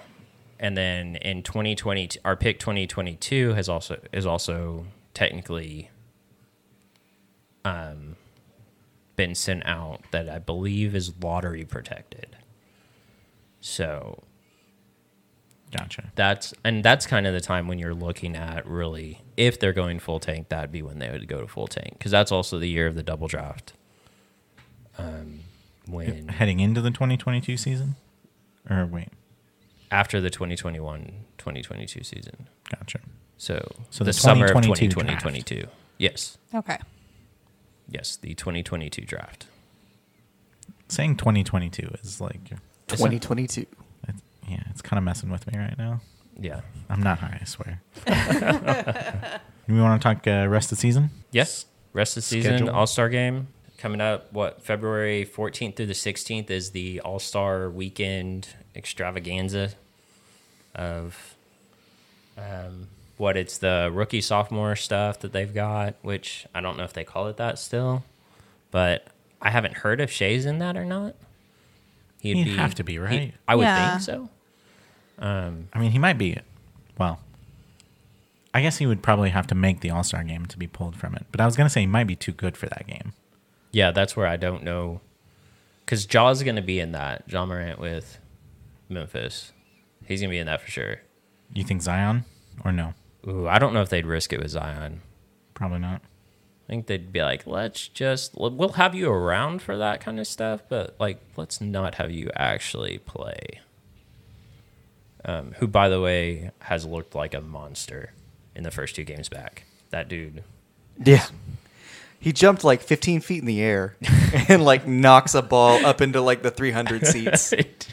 A: And then in 2020, our pick 2022 has also is also technically um, been sent out that I believe is lottery protected. So
B: Gotcha.
A: that's and that's kind of the time when you're looking at really if they're going full tank, that'd be when they would go to full tank because that's also the year of the double draft. Um, when
B: Heading into the 2022 season? Or wait.
A: after the 2021-2022 season.
B: Gotcha.
A: So,
B: So
A: the,
B: the
A: summer of
B: 2022
A: 2022. Yes.
C: Okay.
A: Yes, the 2022 draft.
B: Saying 2022 is like,
A: It's
D: Twenty twenty two.
B: it's, yeah, it's kind of messing with me right now.
A: Yeah.
B: I'm not high, I swear. we want to talk uh, rest of the season?
A: Yes. Rest of the season,
B: Schedule.
A: All Star game coming up. What February 14th through the 16th is the All Star weekend extravaganza of um, what it's the rookie sophomore stuff that they've got, which I don't know if they call it that still, but I haven't heard if Shay's in that or not. He'd
B: He'd have to be, right?
A: I would
C: Yeah.
A: think so.
B: I mean, he might be. Well, I guess he would probably have to make the All Star game to be pulled from it. But I was gonna say he might be too good for that game.
A: Yeah, that's where I don't know. Because Jaw's going to be in that. John Morant with Memphis. He's going to be in that for sure.
B: You think Zion or no?
A: Ooh, I don't know if they'd risk it with Zion.
B: Probably not.
A: I think they'd be like, let's just, we'll have you around for that kind of stuff, but like, let's not have you actually play. Um, who, by the way, has looked like a monster in the first two games back. That dude.
D: Yeah. He jumped like 15 feet in the air and like knocks a ball up into like the 300 seats.
A: that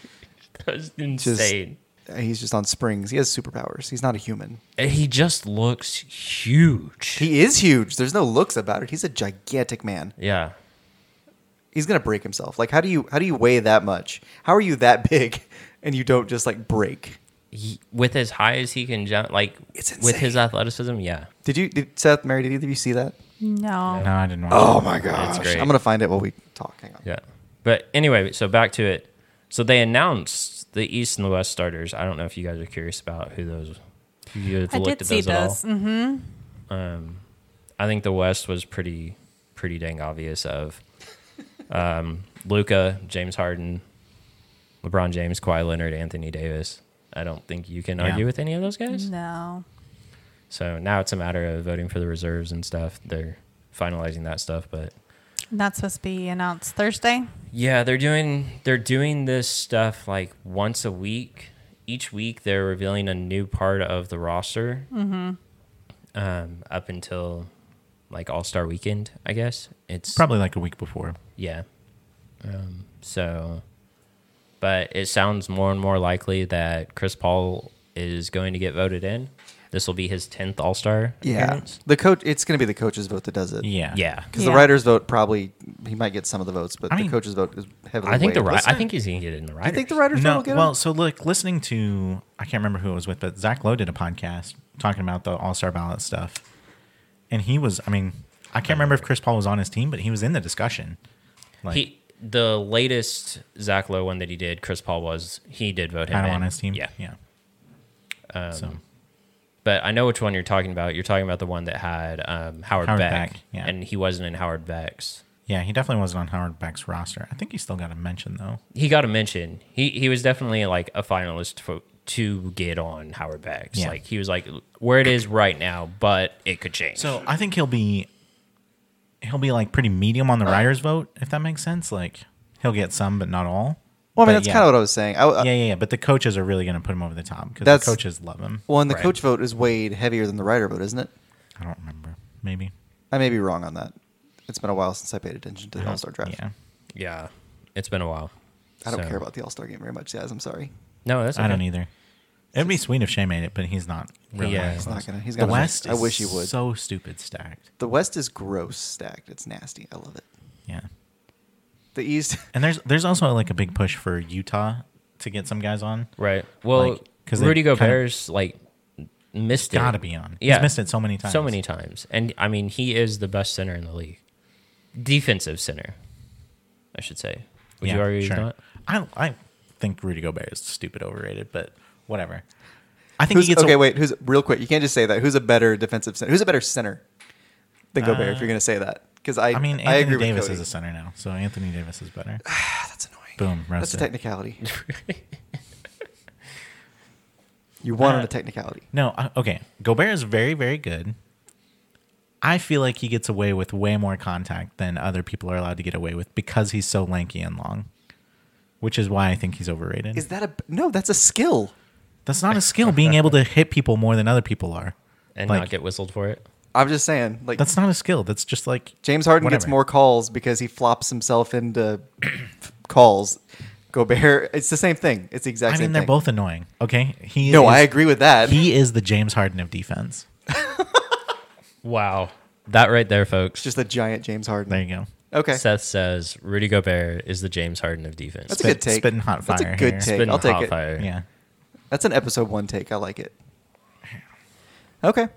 A: was insane.
D: He's just on springs. He has superpowers. He's not a human.
A: And he just looks huge.
D: He is huge. There's no looks about it. He's a gigantic man.
A: yeah.
D: He's gonna break himself. Like how do you how do you weigh that much? How are you that big and you don't just like break?
A: he, with as high as he can jump, like
D: It's
A: with his
D: insane.
A: athleticism, yeah,
D: Did you did Seth Mary? Did either of you see that?
C: No.
B: No, I didn't. Watch
D: Oh
B: it.
D: my gosh!
A: great.
D: I'm gonna find it while we talk. Hang on.
A: yeah. But anyway, so back to it. So they announced the East and the West starters. I don't know if you guys are curious about who those. if You have
C: I
A: looked
C: did
A: at
C: see
A: those at
C: those.
A: all.
C: Mm,
A: I think the West was pretty, pretty dang obvious of um, Luca, James Harden, LeBron James, Kawhi Leonard, Anthony Davis. I don't think you can
B: Yeah.
A: argue with any of those guys.
C: Mm-hmm. No.
A: So now it's a matter of voting for the reserves and stuff. They're finalizing that stuff, but
C: And That's supposed to be announced Thursday.
A: Yeah, they're doing they're doing this stuff like once a week. Each week they're revealing a new part of the roster. Mm-hmm. Um, up until like All Star Weekend, I guess it's
B: Probably like a week before.
A: yeah. Um, so, but it sounds more and more likely that Chris Paul is going to get voted in. This will be his tenth All Star.
D: Yeah. The coach. It's gonna be the coach's vote that does it.
B: Yeah.
A: yeah.
D: Because
C: Yeah.
D: the writers' vote probably he might get some of the votes, but
B: I
D: the
B: mean-
D: coach's vote is heavily.
A: I think the
D: weighted.
A: right. I think he's going to get it in the right.
D: You think the writers' vote
B: No.
D: will get
B: Well,
D: him?
B: so look, listening to I can't remember who it was with, but Zach Lowe did a podcast talking about the All Star ballot stuff, and he was. I mean, I can't remember if Chris Paul was on his team, but he was in the discussion. Like,
A: He the latest Zach Lowe one that he did, Chris Paul was he did vote him
B: kind of
A: in.
B: on his team.
A: Yeah. Um,
B: Yeah. so
A: But I know which one you're talking about. You're talking about the one that had um, Howard,
B: Howard
A: Beck,
B: Beck, yeah.
A: and he wasn't in Howard Beck's.
B: yeah, he definitely wasn't on Howard Beck's roster. I think he still got a mention though.
A: He got a mention. He he was definitely like a finalist for to get on Howard Beck's.
B: Yeah.
A: Like he was like where it is right now, but it could change.
B: So I think he'll be he'll be like pretty medium on the riders vote, if that makes sense. Like he'll get some, but not all.
D: Well,
B: but
D: I mean that's
B: yeah.
D: kind of what I was saying. I, I-
B: Yeah, yeah, yeah. But the coaches are really going to put him over the top because the
D: That's-
B: coaches love him.
D: Well, and the
A: Right.
D: coach vote is weighed heavier than the writer vote, isn't it?
B: I don't remember. Maybe.
D: I may be wrong on that. It's been a while since I paid attention to the All Star draft.
B: Yeah.
A: yeah, it's been a while.
D: I don't
A: So-
D: care about the All Star game very much, guys. I'm sorry.
A: No, that's okay.
B: I don't either. It'd be sweet if Shea made it, but he's not. Really
A: Yeah.
B: that
A: He's
D: not
B: close.
D: gonna- he's
B: the
D: gotta make-
B: West.
D: I
B: is
D: wish he would.
B: So stupid stacked.
D: The West is gross stacked. It's nasty. I love it.
B: Yeah.
D: the East.
B: And there's there's also like a big push for Utah to get some guys on.
A: Right. Well,
B: Like, 'cause they
A: Rudy
B: kind of-
A: Gobert's like missed it.
B: Gotta be on.
A: Yeah.
B: He's missed it so many times.
A: so many times, and I mean he is the best center in the league, defensive center, I should say. Would you argue he's not?
B: I I think Rudy Gobert is stupid overrated, but whatever. I think
D: Who's,
B: he gets
D: okay,
B: a,
D: wait. Who's real quick? You can't just say that. Who's a better defensive center? Who's a better center than Gobert? if you're going to say that, because I,
B: I mean, Anthony
D: I agree
B: Davis
D: with
B: is a center now, so Anthony Davis is better.
D: That's annoying.
B: Boom,
D: That's a
B: roasted.
D: technicality. you won on a technicality.
B: no, I- okay. Gobert is very, very good. I feel like he gets away with way more contact than other people are allowed to get away with because he's so lanky and long, which is why I think he's overrated.
D: Is that a no? That's a skill.
B: That's not a skill, being able to hit people more than other people are.
A: And
B: Like-
A: not get whistled for it.
D: I'm just saying. Like
B: That's not a skill. That's just like
D: James Harden gets
B: whatever.
D: more calls because he flops himself into calls. Gobert, it's the same thing. It's the exact
B: I
D: same
B: mean, they're
D: thing.
B: both annoying. Okay, he
D: No,
B: is-
D: I agree with that.
B: He is the James Harden of defense.
A: Wow, that right there, folks.
D: just a giant James Harden.
B: There you go.
D: Okay,
A: Seth says Rudy Gobert is the James Harden of defense.
D: that's a
B: spit-
D: good take.
B: spitting hot
D: That's
B: fire
D: a good
B: here.
D: take.
A: Been
D: I'll take
A: hot
D: it.
A: fire.
B: Yeah.
D: That's an episode one take. I like it. Okay.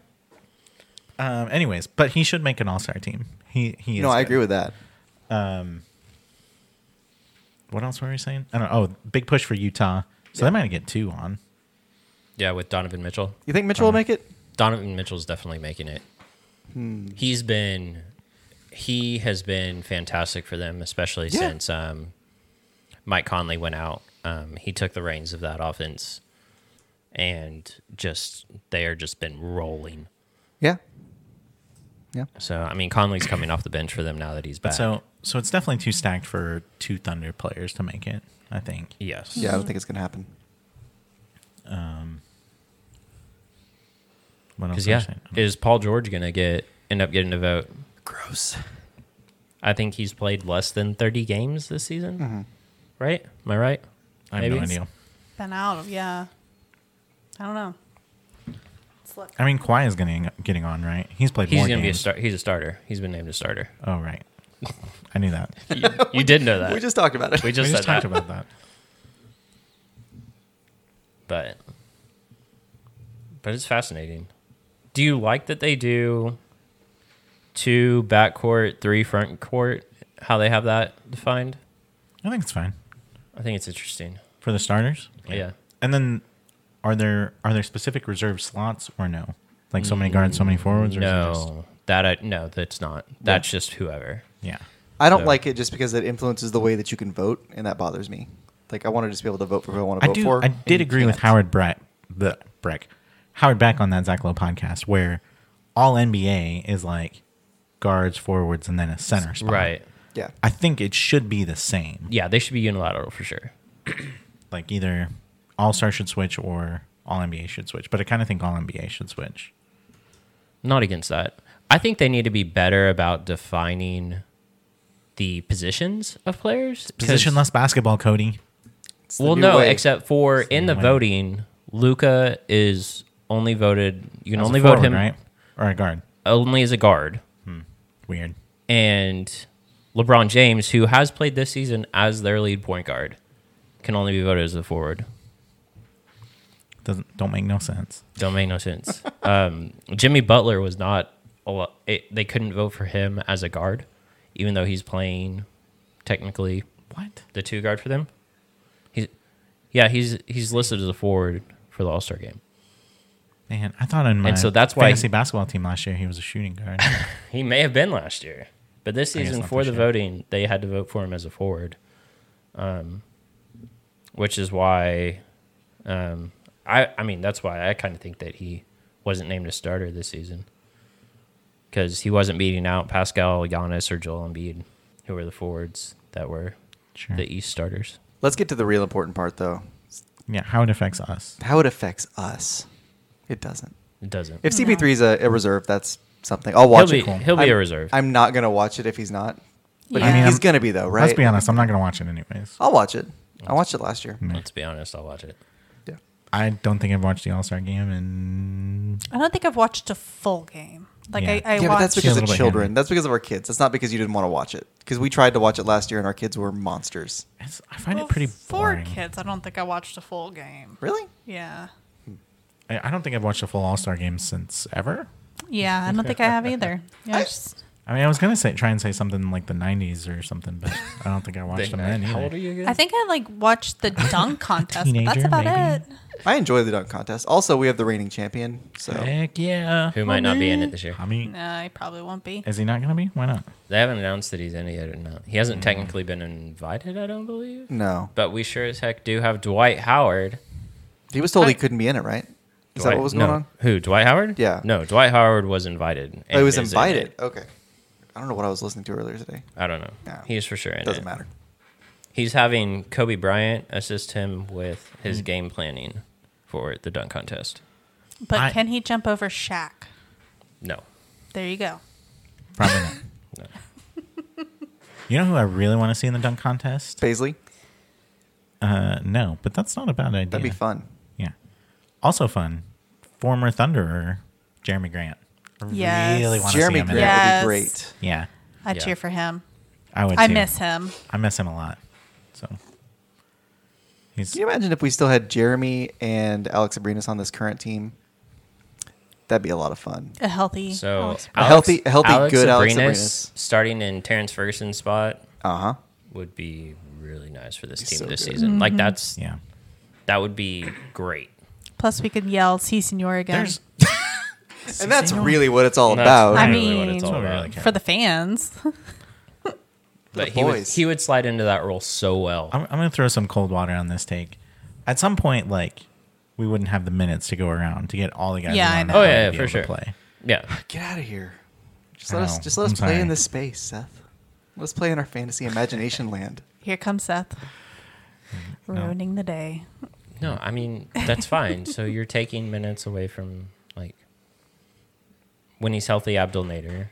B: Um, anyways, but he should make an All Star team. He he. Is
D: no, I
B: good.
D: agree with that.
B: Um, what else were we saying? I don't. know. Oh, big push for Utah. So they might get two on.
A: Yeah, with Donovan Mitchell.
D: You think
B: Uh-huh.
D: Mitchell will make it?
A: Donovan Mitchell's definitely making it. He's been he has been fantastic for them, especially
D: Yeah.
A: since um, Mike Conley went out. Um, he took the reins of that offense, and just they are just been rolling.
D: Yeah.
A: So I mean, Conley's coming off the bench for them now that he's
B: But
A: back.
B: so so it's definitely too stacked for two Thunder players to make it. I think.
A: yes,
D: Yeah, I don't think it's gonna happen.
B: What else?
A: because
B: were we
A: yeah,
B: saying?
A: is Paul George gonna get end up getting a vote?
D: Gross.
A: I think he's played less than thirty games this season,
D: Mm-hmm.
A: right? Am I right?
B: I have no
A: Maybe.
B: idea.
C: Been out of yeah. I don't know. Let's look.
B: I mean, Kawhi is getting getting on, right? He's played
A: He's
B: more
A: gonna be a
B: games.
A: start. He's a starter. He's been named a starter.
B: oh, right. I knew that. we
A: You, you did
B: Uh,
A: know that.
D: We just talked about it.
A: We just,
B: just
A: said that.
B: talked about that.
A: but but it's fascinating. Do you like that they do two backcourt, three front court? How they have that defined?
B: I think it's fine
A: I think it's interesting.
B: for the starters.
A: Yeah.
B: And then, are there are there specific reserve slots or no? Like so many guards, so many forwards. Or is it just-
A: No, that I, no, that's not. That's just whoever.
B: yeah.
D: I don't
A: So-
D: like it just because it influences the way that you can vote, and that bothers me. Like I want to just be able to vote for who I want to
B: I
D: vote
B: do.
D: for.
B: I
D: and
B: did
D: you
B: agree with
D: can't.
B: Howard Breck, the Breck, Howard Beck on that Zach Lowe podcast, where all NBA is like guards, forwards, and then a center spot.
A: Right.
D: Yeah,
B: I think it should be the same.
A: Yeah, they should be unilateral for sure.
B: Like either All Star should switch or All NBA should switch. But I kind of think All NBA should switch.
A: Not against that. I think they need to be better about defining the positions of players. 'cause-
B: Positionless basketball, Cody.
D: It's the
A: Well,
D: new
A: no,
D: way.
A: except for in the
B: way.
A: voting, Luca is only voted. You can
B: As a
A: only vote
B: forward,
A: him
B: right or a guard.
A: only as a guard,
B: Weird.
A: and LeBron James, who has played this season as their lead point guard, can only be voted as a forward.
B: Doesn't don't make no sense.
A: Don't make no sense. um, Jimmy Butler was not. A lot, it, they couldn't vote for him as a guard, even though he's playing technically
B: What?
A: the two guard for them. He's, yeah, he's he's listed as a forward for the All Star game.
B: Man, I thought in my
A: And so that's why-
B: fantasy basketball team last year he was a shooting guard.
A: He may have been last year, but this
B: I guess
A: season
B: not
A: for
B: this
A: the
B: year.
A: voting, they had to vote for him as a forward, um, which is why, um, I I mean that's why I kind of think that he wasn't named a starter this season because he wasn't beating out Pascal, Giannis, or Joel Embiid, who were the forwards that were
B: Sure.
A: the East starters.
D: Let's get to the real important part, though.
B: yeah, how it affects us.
D: How it affects us. It doesn't.
A: It doesn't.
D: If CP3 is a, a reserve, that's something. I'll watch
A: he'll
D: it.
A: be he'll be
D: I'm-
A: a reserve.
D: I'm not gonna watch it if he's not. But
C: Yeah. I mean,
D: he's
B: I'm-
D: gonna be though, right?
B: Let's be honest, I'm not gonna watch it anyways.
D: I'll watch it. I watched it last year.
A: Let's be honest, I'll watch it.
D: Yeah.
B: I don't think I've watched the All Star game and
C: I don't think I've watched a full game. Like
B: Yeah.
C: I, I
D: yeah, but
C: watched.
D: that's because
B: Yeah, a
D: of
B: little bit
D: children.
B: handy.
D: That's because of our kids. That's not because you didn't want to watch it. Because we tried to watch it last year and our kids were monsters.
B: It's, I find
C: Well,
B: it pretty
C: for
B: boring.
C: kids. I don't think I watched a full game.
D: Really?
C: Yeah.
B: I, I don't think I've watched a full All Star game since ever.
C: Yeah, I don't think I have either. Yeah, I
D: I-
C: just-
B: I mean, I was gonna say try and say something like the '90s or something, but I don't think I watched them then.
A: How
B: either.
A: old are you again?
C: I think I like watched the dunk contest, but that's
B: teenager,
C: about
B: maybe.
C: it.
D: I enjoy the dunk contest. Also, we have the reigning champion. So
B: Heck yeah!
A: Who might not be in it this year?
B: I mean,
C: No, I probably won't be.
B: is he not gonna be? Why not?
A: They haven't announced that he's in it yet or not. He
B: Mm-hmm.
A: hasn't technically been invited, I don't believe.
D: no,
A: But we sure as heck do have Dwight Howard.
D: he was told he
A: I-
D: couldn't be in it, right? Is
A: Dwight-
D: that what was going
A: no.
D: on?
A: Who? Dwight Howard?
D: Yeah.
A: No, Dwight Howard was invited.
D: Oh,
A: and
D: he was
A: is in
D: invited.
A: it.
D: Okay. I don't know what I was listening to earlier today.
A: I don't know.
D: No.
A: He's for sure in
D: Doesn't
A: it.
D: matter.
A: He's having Kobe Bryant assist him with his
D: Hmm.
A: game planning for the dunk contest.
C: But
B: I-
C: can he jump over Shaq?
A: No.
C: There you go.
B: Probably not.
A: No.
B: You know who I really want to see in the dunk contest?
D: Paisley,
B: Uh, no, but that's not a bad idea.
D: that'd be fun.
B: Yeah. Also fun. Former Thunderer, Jeremy Grant. I
C: Yes.
B: Really want to see
D: Jeremy
B: him.
D: Grant
B: in it.
C: Yes.
D: would be great.
B: Yeah.
C: I
A: Yeah.
C: cheer for him.
B: I would.
C: I
B: too.
C: miss him.
B: I miss him a lot. So. He's
D: Can you imagine if we still had Jeremy and Alex Abrinas on this current team? That'd be a lot of fun.
C: A healthy.
A: So
C: Alex-
D: A healthy- a healthy, good Alex Abrines.
A: starting in Terrence Ferguson's spot
D: Uh
B: Uh-huh.
D: huh.
A: would be really nice for this
D: He's
A: team
D: so
A: this
D: good.
A: season. Like that's
B: yeah.
A: that would be great.
C: Plus, we could yell "See Senor" again
B: There's
D: And that's really what it's all
A: And that's
D: about.
C: I
A: really what
C: mean-
A: it's all
B: That's what I
A: about.
B: like.
C: for the fans.
A: But
D: The
A: he would,
D: boys.
A: he would slide into that role so well.
B: I'm, I'm going to throw some cold water on this take. At some point like we wouldn't have the minutes to go around to get all the guys
C: Yeah,
B: around
C: I
B: and
C: know.
A: Oh,
B: really
A: yeah,
B: be
A: for
B: able to
A: sure.
B: play.
A: yeah,
D: Get out of here. Just
B: I
D: let us
B: know.
D: just let us
B: I'm
D: play
B: sorry.
D: in this space, Seth. Let's play in our fantasy imagination land.
C: Here comes Seth, ruining the day.
A: no, I mean that's fine. so you're taking minutes away from like when he's healthy, Abdul Nader,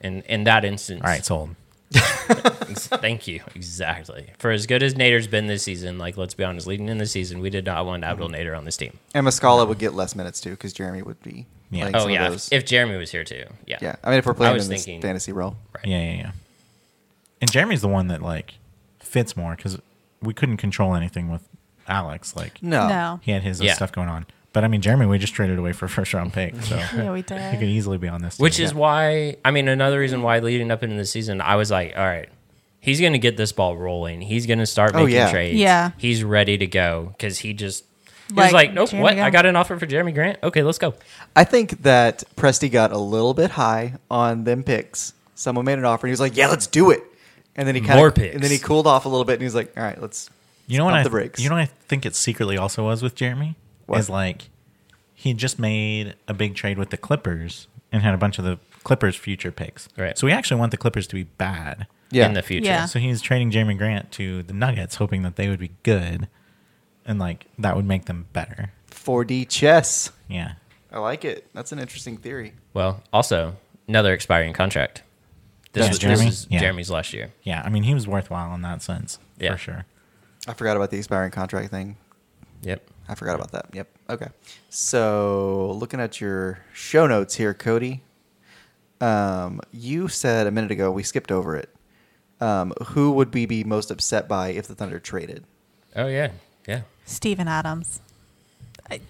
A: and in that instance,
B: All right, sold.
A: Ex- Thank you. Exactly. For as good as Nader's been this season, like let's be honest, leading in the season, we did not want Abdul
D: Mm-hmm.
A: Nader on this team.
D: And Muscala would get less minutes too because Jeremy would be
B: Yeah.
D: playing
A: Oh
D: some
A: yeah.
D: of
A: If,
D: those.
A: if Jeremy was here too. Yeah.
D: yeah, I mean, if we're playing
A: was
D: in this
A: thinking-
D: fantasy role,
A: Right.
B: Yeah, yeah, yeah. And Jeremy's the one that like fits more cuz we couldn't control anything with Alex like
D: no,
C: No.
B: He had his uh,
A: Yeah.
B: stuff going on. But I mean, Jeremy, we just traded away for a first round pick, so
C: Yeah, we
B: he could
C: did.
B: easily be on this.
A: Which
B: team.
A: is why I mean another reason why leading up into the season, I was like, all right, he's gonna get this ball rolling. He's gonna start
D: Oh,
A: making
D: yeah.
A: trades.
C: Yeah.
A: He's ready to go because he just he was
C: Like,
A: like, nope,
C: Jeremy
A: what?
C: Grant.
A: I got an offer for Jeremy Grant. Okay, let's go.
D: I think that Presti got a little bit high on them picks. Someone made an offer, and he was like, "Yeah, let's do it." And then he kind
A: More
D: of,
A: picks.
D: and then he cooled off a little bit, and he's like, "All right, let's."
B: you know what
D: pump
B: I
D: the brakes.
B: you know what I think it secretly also was with Jeremy
D: What?
B: is like he just made a big trade with the Clippers and had a bunch of the Clippers future picks.
A: Right.
B: So we actually want the Clippers to be bad.
D: Yeah,
A: In the future.
C: Yeah.
B: So he's trading Jeremy Grant to the Nuggets, hoping that they would be good, and like that would make them better.
D: 4D chess.
B: Yeah.
D: I like it. That's an interesting theory.
A: Well, also another expiring contract. This,
B: Yeah,
A: was,
B: Jeremy?
A: this is
B: Yeah.
A: Jeremy's last year.
B: Yeah. I mean, he was worthwhile in that sense
A: Yeah.
B: for sure.
D: I forgot about the expiring contract thing.
A: Yep.
D: I forgot about that. Yep. Okay. So looking at your show notes here, Cody, um, you said a minute ago we skipped over it. Um, who would we be most upset by if the Thunder traded?
A: Oh yeah. Yeah.
C: Steven Adams.
D: Is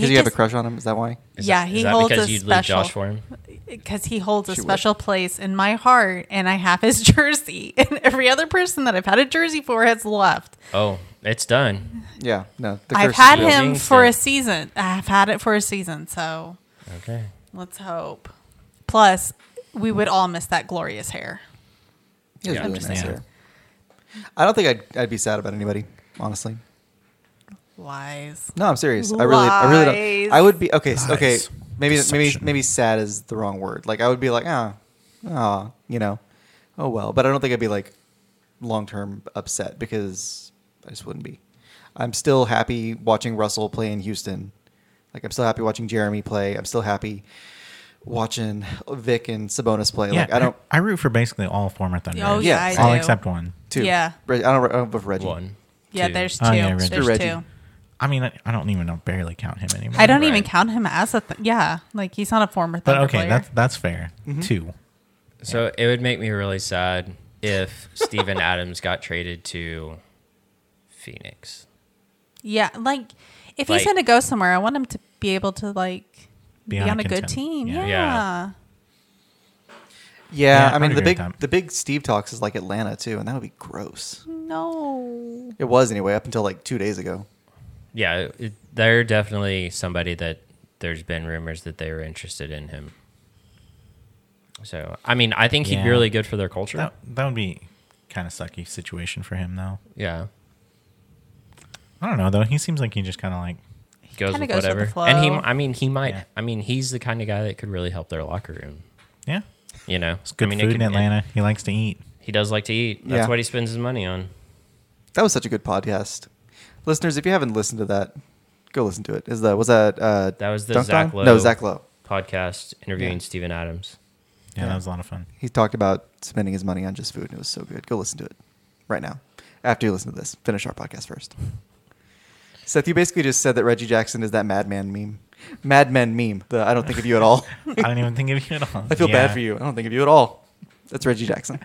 C: He
D: because you have a
C: just-
D: crush on him? Is that why?
A: Is
C: yeah,
A: that-
C: he
A: is that
C: holds
A: because
C: a
A: you'd leave
C: special
A: Josh for him?
C: because he holds a
D: She would.
C: special place in my heart, and I have his jersey. And every other person that I've had a jersey for has left.
A: Oh, it's done.
D: Yeah. No. The
C: I've
D: curse
C: had
D: is
A: real.
C: him
A: Jinxed
C: for
A: it.
C: a season. I've had it for a season, so
A: Okay.
C: let's hope. Plus, we would all miss that glorious hair.
D: It was
A: Yeah.
D: really nice
B: Yeah.
D: hair. I don't think I'd, I'd be sad about anybody, honestly.
C: Lies.
D: No, I'm serious. I really, I really don't. I would be okay. s- Okay,
B: Lies.
D: maybe, maybe,
B: Deception.
D: maybe sad is the wrong word. Like I would be like, ah, ah, you know, oh well. But I don't think I'd be like long term upset because I just wouldn't be. I'm still happy watching Russell play in Houston. Like I'm still happy watching Jeremy play. I'm still happy watching Vic and Sabonis play.
B: yeah.
D: like I don't
B: I, root for basically all former Thunder.
C: Oh
D: Yeah.
C: yeah, I
B: all
C: do.
B: except one.
D: too.
C: Yeah.
D: Reg- I don't. I don't vote for Reggie.
A: One.
C: Yeah,
A: two.
C: there's two.
B: Oh, yeah, Reggie.
C: there's
D: Reggie.
C: two.
B: I mean, I, I don't even know, barely count him anymore.
C: I don't even
A: Right.
C: count him as a th- yeah. Like he's not a former
B: But
C: Thunder
B: okay,
C: player.
B: that's that's fair.
D: Mm-hmm.
B: Two.
A: So it would make me really sad if Steven Adams got traded to Phoenix.
C: yeah. Like if he's
A: Like-
C: gonna go somewhere, I want him to be able to like
B: Be
C: be,
B: on a
C: on, a good
B: contend-
C: team.
B: yeah.
C: Yeah.
A: Yeah.
B: Yeah,
D: Yeah, I
B: I'd
D: mean the
B: agree with
D: big
B: that.
D: the big Steve talks is like Atlanta too, and that would be gross.
C: No.
D: It was anyway up until like two days ago.
A: Yeah, it, they're definitely somebody that there's been rumors that they were interested in him. So I mean, I think he'd
B: Yeah.
A: be really good for their culture.
B: That that would be kind of sucky situation for him though.
A: Yeah,
B: I don't know though. He seems like he just kind of like
A: goes
C: kinda
A: with
C: goes with the
A: whatever.
C: flow.
A: And he, I mean, he might.
B: Yeah.
A: I mean, he's the kind of guy that could really help their locker room.
B: yeah,
A: You know,
B: it's
A: I
B: good
A: mean, it
B: food
A: could-
B: in Atlanta. he likes to eat.
A: He does like to eat. That's
D: Yeah.
A: what he spends his money on.
D: That was such a good podcast, listeners. If you haven't listened to that, go listen to it. Is that was that uh,
A: That was the
D: Dunk
A: Zach
D: Dong?
A: Lowe.
D: No, Zach Lowe.
A: Podcast interviewing
D: Yeah.
A: Steven Adams.
B: Yeah,
D: Yeah.
B: that was a lot of fun.
D: He talked about spending his money on just food, and it was so good. Go listen to it right now. After you listen to this, finish our podcast first. Seth, you basically just said that Reggie Jackson is that madman meme, madman meme. The I don't think of you at all.
B: I don't even think of you at all.
D: I feel
B: Yeah.
D: bad for you. I don't think of you at all. That's Reggie Jackson.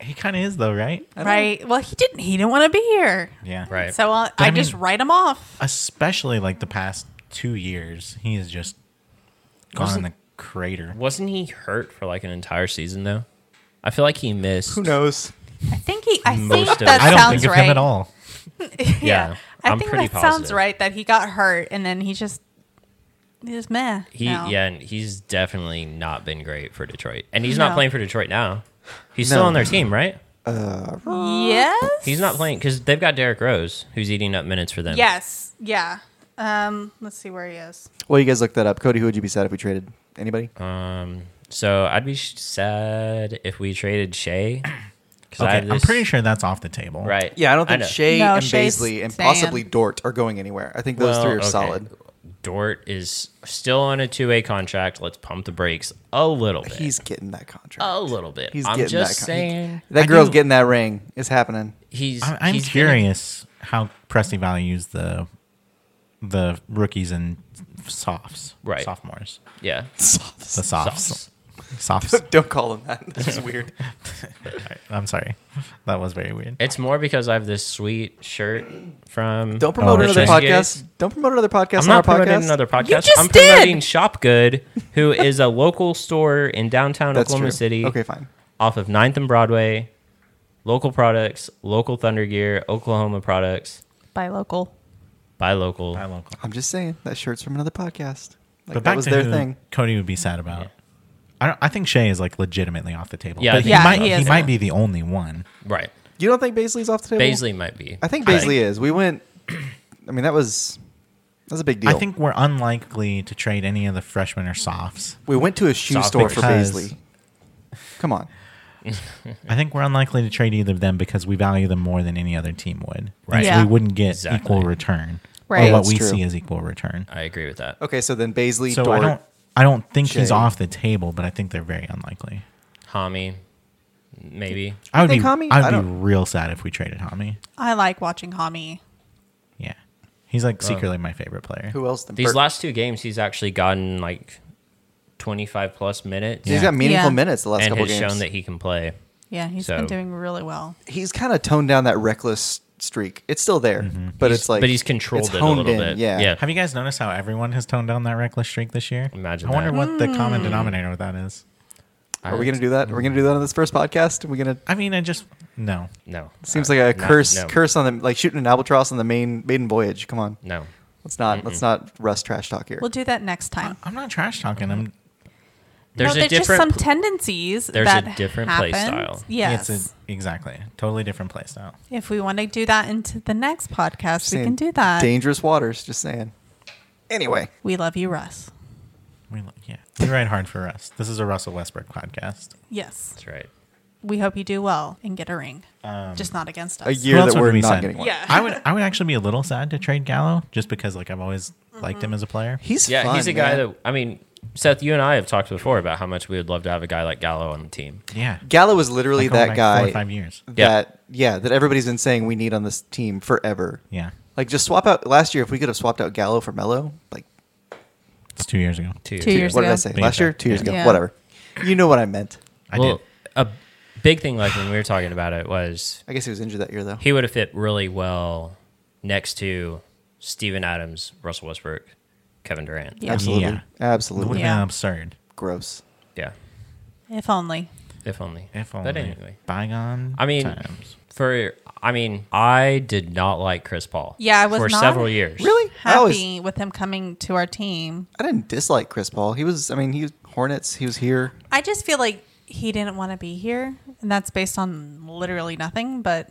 B: He kind of is though, right?
D: I don't-
C: Right. Well, he didn't. He didn't want to be here.
B: Yeah,
A: Right.
C: So uh,
B: But I
C: I just
B: mean-
C: write him off.
B: Especially like the past two years, he has just gone in the crater.
A: Wasn't he hurt for like an entire season though? I feel like he missed.
D: Who knows?
C: I think he. I
A: Most
C: think
A: of
C: that
A: it.
B: I don't
C: sounds
B: think of
C: right.
B: him at all.
A: Yeah,
C: I
A: I'm
C: think
A: pretty
C: that sounds
A: positive.
C: right. That he got hurt and then he just. He just meh.
A: He
C: now.
A: yeah, and he's definitely not been great for Detroit, and he's not
C: No.
A: playing for Detroit now. He's
D: No.
A: still on their team, right?
C: Yes.
A: He's not playing because they've got Derrick Rose, who's eating up minutes for them.
C: Yes. Yeah. Um. Let's see where he is.
D: Well, you guys look that up. Cody, who would you be sad if we traded? Anybody?
A: Um. So I'd be sh- sad if we traded Shea. 'cause I
B: Okay,
A: have
B: I'm
A: this-
B: pretty sure that's off the table.
A: Right.
D: yeah, I don't think
A: know.
D: Shea
C: No,
D: and
C: Shea's
D: Baisley and
C: staying.
D: possibly Dort are going anywhere. I think those
A: Well,
D: three are
A: okay.
D: solid.
A: Dort is still on a two-way contract. Let's pump the brakes a little bit.
D: He's getting that contract.
C: Oh.
A: a little bit.
D: He's
A: I'm
D: getting
A: just
D: that con-
A: saying
D: That
B: I
D: girl's
B: do-
D: getting that ring. It's happening.
A: he's.
B: I'm, I'm
A: he's
B: curious how Presti values the the rookies and softs,
A: Right.
B: Sophomores,
A: gonna- yeah.
B: the softs,
A: Softs.
B: softs.
D: Don't call him that. This is weird.
B: I'm sorry, that was very weird.
A: It's more because I have this sweet shirt from.
D: Don't promote
B: Oh,
D: another
B: okay.
D: podcast. Don't promote another
A: I'm
D: podcast on our
A: not promoting
D: podcast.
A: another podcast.
C: just
A: I'm
C: did!
A: promoting Shop Good, who is a local store in downtown
D: That's
A: Oklahoma
D: true.
A: City,
D: Okay, fine.
A: off of 9th and Broadway. Local products, local Thunder Gear, Oklahoma products.
C: By local.
A: Buy local.
B: Buy local.
D: I'm just saying that shirt's from another podcast.
B: but
D: Like
B: back
D: that was
B: to
D: their
B: who
D: thing.
B: Cody would be sad about. I don't. I think Shay is like legitimately off the table.
A: Yeah, I
B: but he
A: think
C: Yeah,
B: might.
C: he
B: He,
C: is.
B: might be the only one.
A: Right.
D: You don't think Baisley's off the table?
A: Baisley might be.
D: I think Baisley is. We went. I mean, that was that was a big deal.
B: I think we're unlikely to trade any of the freshmen or softs.
D: we went to a shoe
A: Soft
D: store for
B: because-
D: Baisley. Come on.
B: I think we're unlikely to trade either of them because we value them more than any other team would.
A: Right.
B: And so
C: Yeah.
B: we wouldn't get
A: Exactly.
B: equal return. Or
C: Right.
B: what
D: That's
B: we
D: true.
B: see as equal return.
A: I agree with that.
D: Okay, so then Baisley,
B: So I
D: Dort,
B: don't I don't think he's
D: Shay.
B: off the table, but I think they're very unlikely.
A: Hami, maybe.
B: I would be
D: think Hami? I
B: I would be
D: don't-
B: real sad if we traded Hami.
C: I like watching Hami.
B: Yeah. He's like secretly my favorite player.
D: who else? Then
A: These
D: Bert-
A: last two games, he's actually gotten like 25 plus minutes.
D: He's got meaningful
C: Yeah.
D: minutes the last
A: and
D: couple
A: has
D: games.
A: shown that he can play.
C: Yeah, he's
A: So-
C: been doing really well.
D: he's kind of toned down that reckless streak. It's still there, but
A: Mm-hmm. He's-
D: it's like
A: but he's controlled
D: it's
A: it a
D: honed
A: little
D: in,
A: bit.
D: Yeah,
A: Yeah.
B: Have you guys noticed how everyone has toned down that reckless streak this year?
A: Imagine
B: I wonder
A: that.
B: what the common
D: Hmm.
B: denominator with that is.
D: Are we gonna do that? Are we gonna do that on this first podcast? Are we gonna?
B: I mean, I just no.
A: No.
D: Seems
A: Uh,
D: like a
A: no,
D: curse,
A: no,
D: curse on the like shooting an albatross on the main maiden voyage. Come on,
A: No.
D: let's not let's not rust trash talk here.
C: We'll do that next time.
B: I'm not trash talking. I'm
A: There's
C: no,
A: a
C: there's just some
A: different.
C: tendencies.
A: there's
C: that
A: a different play
C: happen.
A: style.
C: Yes.
B: it's a, exactly. Totally different play style.
C: if we want to do that into the next podcast,
D: Just
C: we
D: saying,
C: can do that.
D: Dangerous waters. Just saying. Anyway,
C: We love you, Russ.
B: We lo- yeah, we ride hard for us. This is a Russell Westbrook podcast.
C: Yes.
A: That's right.
C: We hope you do well and get a ring. just not against us.
D: a year
B: else
D: that
B: would
D: we're
B: we
D: not
B: send?
D: getting one.
C: Yeah.
B: Um, I would I would actually be a little sad to trade Gallo just because like I've always liked
A: Mm-hmm.
B: him as a player.
D: he's
A: Yeah,
D: fun,
A: he's a guy
D: man.
A: that I mean, Seth, you and I have talked before about how much we would love to have a guy like Gallo on the team.
B: Yeah,
D: Gallo was literally
B: Like, going
D: that
B: back four or
D: guy
B: five years.
D: that yeah that everybody's been saying we need on this team forever.
B: Yeah,
D: Like just swap out last year if we could have swapped out Gallo for Mello, like
B: It's two years ago.
A: Two
C: Two years
D: what did
C: ago.
D: I say?
B: Think
D: Last
B: so.
D: year, two years ago,
C: Yeah.
D: whatever. You know what I meant.
B: I
A: well,
B: did.
A: a big thing like when we were talking about it was
D: I guess he was injured that year though.
A: he would have fit really well next to Steven Adams, Russell Westbrook, Kevin Durant.
C: Yeah.
D: Absolutely,
B: Yeah. It would
D: absolutely
B: have
C: Yeah.
B: been absurd.
D: gross.
A: Yeah,
C: If only.
A: if only.
B: If only.
A: But anyway,
B: Bygone
A: I mean,
B: times.
A: for I mean, I did not like Chris Paul.
C: Yeah, I was
A: for
C: not
A: several years.
D: Really? I
C: Happy
D: always-
C: with him coming to our team.
D: I didn't dislike Chris Paul. He was, I mean, he was Hornets. He was here.
C: I just feel like he didn't want to be here, and that's based on literally nothing. But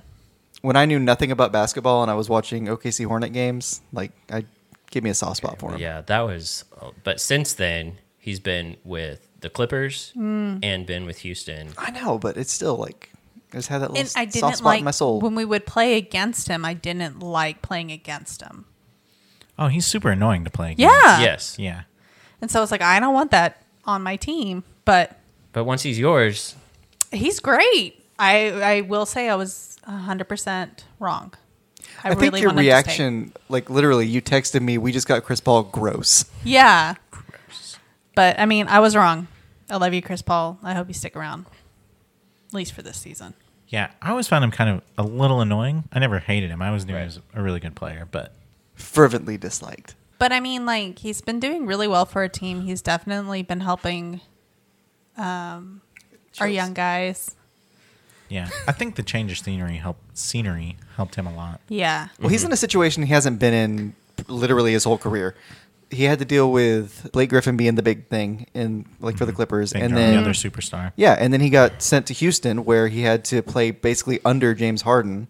D: When I knew nothing about basketball and I was watching OKC Hornet games, like I give me a soft spot for him.
A: Yeah, that was. But since then, he's been with the Clippers
D: Hmm.
A: and been with Houston.
D: I know, but it's still like I just had that little
C: and I
D: soft
C: didn't
D: spot
C: like
D: in my soul.
C: when we would play against him. I didn't like playing against him.
B: Oh, he's super annoying to play.
C: Yeah.
A: yes,
B: against. Yeah.
C: And so I was like, I don't want that on my team. But
A: but once he's yours,
C: he's great. I I will say I was hundred percent wrong.
D: I, think
C: wanted
D: your
C: to stay.
D: reaction, like literally, you texted me, "We just got Chris Paul." Gross.
C: Yeah. But I mean, I was wrong. I love you, Chris Paul. I hope you stick around, at least for this season.
B: Yeah. I always found him kind of a little annoying. I never hated him. I always knew he was a really good player, but
D: Fervently disliked.
C: But I mean, like he's been doing really well for a team. He's definitely been helping um, our
D: Chills.
C: young guys.
B: yeah. I think the change of scenery helped scenery helped him a lot.
C: Yeah.
D: Well, he's in a situation he hasn't been in literally his whole career. He had to deal with Blake Griffin being the big thing in like for the Clippers,
B: Think
D: and
B: they're
D: then
B: another superstar.
D: yeah, and then he got sent to Houston where he had to play basically under James Harden.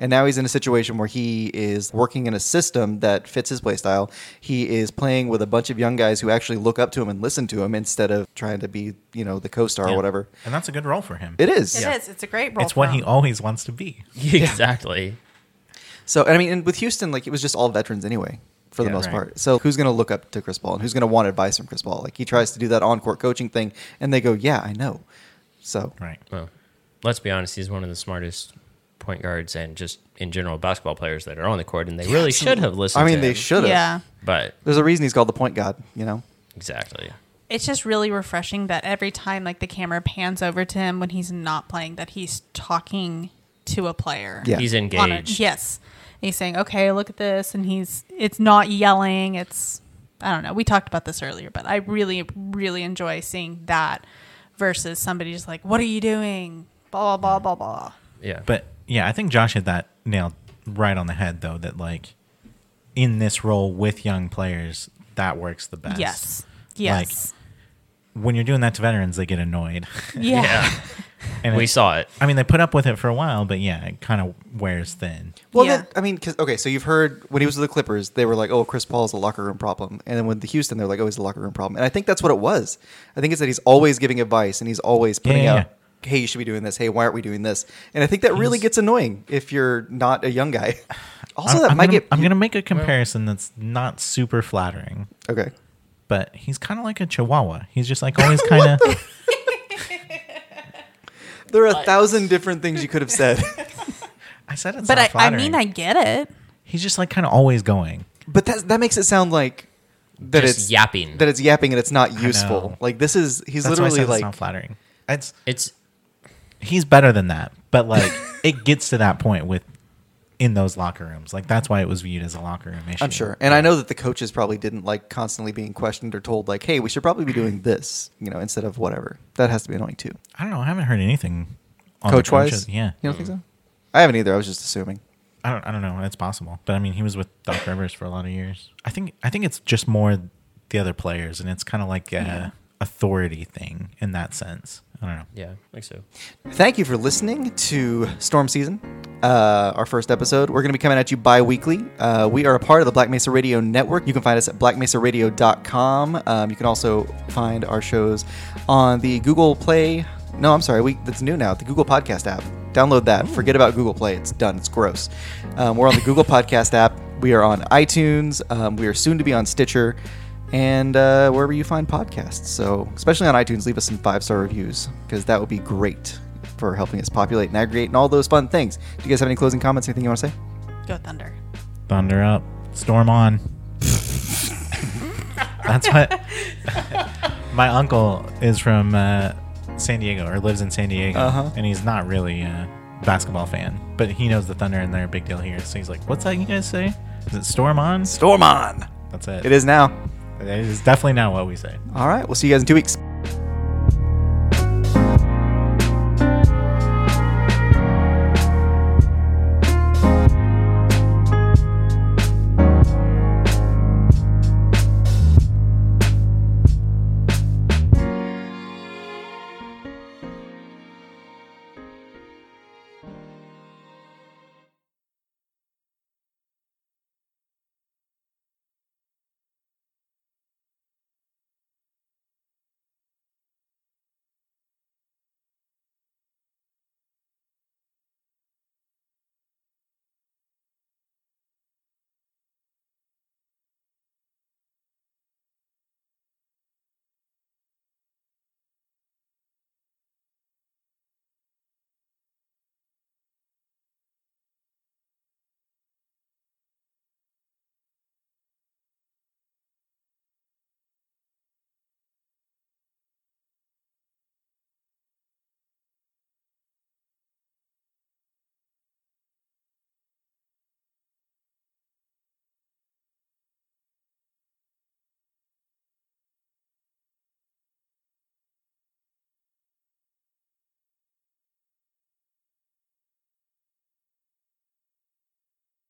D: And now he's in a situation where he is working in a system that fits his play style. He is playing with a bunch of young guys who actually look up to him and listen to him instead of trying to be, you know, the co-star
B: Yeah.
D: or whatever.
B: And that's a good role for him.
D: It is.
C: it is. It's a great role.
B: It's what
C: for
B: he
C: him.
B: always wants to be.
A: exactly.
D: So and I mean, and with Houston, like it was just all veterans anyway, for the
A: Yeah,
D: most
B: right.
D: part. So who's going to look up to Chris Paul and who's going to want advice from Chris Paul? Like he tries to do that on-court coaching thing, and they go, "Yeah, I know." So
B: Right.
A: Well, let's be honest. He's one of the smartest point guards and just in general basketball players that are on the court, and they really should have listened.
D: I mean,
A: to
D: they
A: him.
D: should have.
C: Yeah.
A: But
D: There's a reason he's called the point god. You know.
A: exactly.
C: It's just really refreshing that every time like the camera pans over to him when he's not playing, that he's talking to a player.
D: Yeah.
A: He's
C: on it.
A: engaged.
C: Yes. He's saying, okay, look at this. And he's, it's not yelling. It's, I don't know. We talked about this earlier, but I really, really enjoy seeing that versus somebody just like, what are you doing? Blah, blah, blah, blah, blah.
A: Yeah.
B: But yeah, I think Josh hit that nailed right on the head though, that like in this role with young players, that works the best.
C: Yes. Yes.
B: When you're doing that to veterans, they get annoyed.
C: yeah.
A: yeah,
B: and
A: we
B: it-
A: saw it.
B: I mean, they put up with it for a while, but yeah, it kind of wears thin.
D: Well,
C: Yeah.
D: then, I mean, 'cause- okay, so you've heard when he was with the Clippers, they were like, "Oh, Chris Paul's a locker room problem," and then with the Houston, they're like, "Oh, he's a locker room problem." And I think that's what it was. I think it's that he's always giving advice and he's always putting
B: yeah,
D: out, "Hey, you should be doing this. Hey, why aren't we doing this?" And I think that really gets annoying if you're not a young guy. Also,
B: I'm,
D: that
B: I'm
D: might
B: gonna,
D: get
B: I'm gonna make a comparison that's not super flattering,
D: okay.
B: but he's kind of like a Chihuahua. He's just like always kind of.
D: There are a thousand different things you could have said,
B: I said it's
C: But
B: not
C: I, I mean,
B: flattering.
C: I get it.
B: he's just like kind of always going.
D: but that that makes it sound like that
A: Just
D: it's
A: yapping.
D: that it's yapping and it's not useful.
B: know.
D: Like this is he's
B: That's why I
D: literally
B: said
D: like
B: it's not flattering. It's
A: It's
B: he's better than that, but like it gets to that point with in those locker rooms. Like that's why it was viewed as a locker room issue.
D: I'm sure. And I know that the coaches probably didn't like constantly being questioned or told like, "Hey, we should probably be
B: Mm.
D: doing this," you know, instead of whatever. That has to be annoying too.
B: I don't know. I haven't heard anything. on the
D: Coach wise,
B: coaches. yeah. Mm.
D: You don't think so? I haven't either. I was just assuming.
B: I don't. I don't know. It's possible, but I mean, he was with Doc Rivers for a lot of years. I think. I think it's just more the other players, and it's kind of like a authority thing in that sense. I don't know.
A: yeah, I think so.
D: Thank you for listening to Storm Season, uh, our first episode. We're going to be coming at you bi weekly. Uh, we are a part of the Black Mesa Radio Network. You can find us at blackmesaradio.com. Um, you can also find our shows on the Google Play. No, I'm sorry. We That's new now. The Google Podcast app. Download that. Forget about Google Play. It's done. It's gross. Um, we're on the Google Podcast app. We are on iTunes. Um, we are soon to be on Stitcher and uh, wherever you find podcasts. So, especially on iTunes, leave us some five star reviews because that would be great for helping us populate and aggregate and all those fun things. Do you guys have any closing comments? Anything you want to say?
C: Go Thunder.
B: Thunder up, storm on. That's what my uncle is from uh, San Diego or lives in San Diego,
D: Uh-huh.
B: and he's not really a basketball fan, but he knows the Thunder and they're a big deal here. So he's like, "What's that you guys say? Is it storm on?"
D: Storm on.
B: That's it.
D: It is now.
B: It is definitely not what we say.
D: All right. We'll see you guys in two weeks.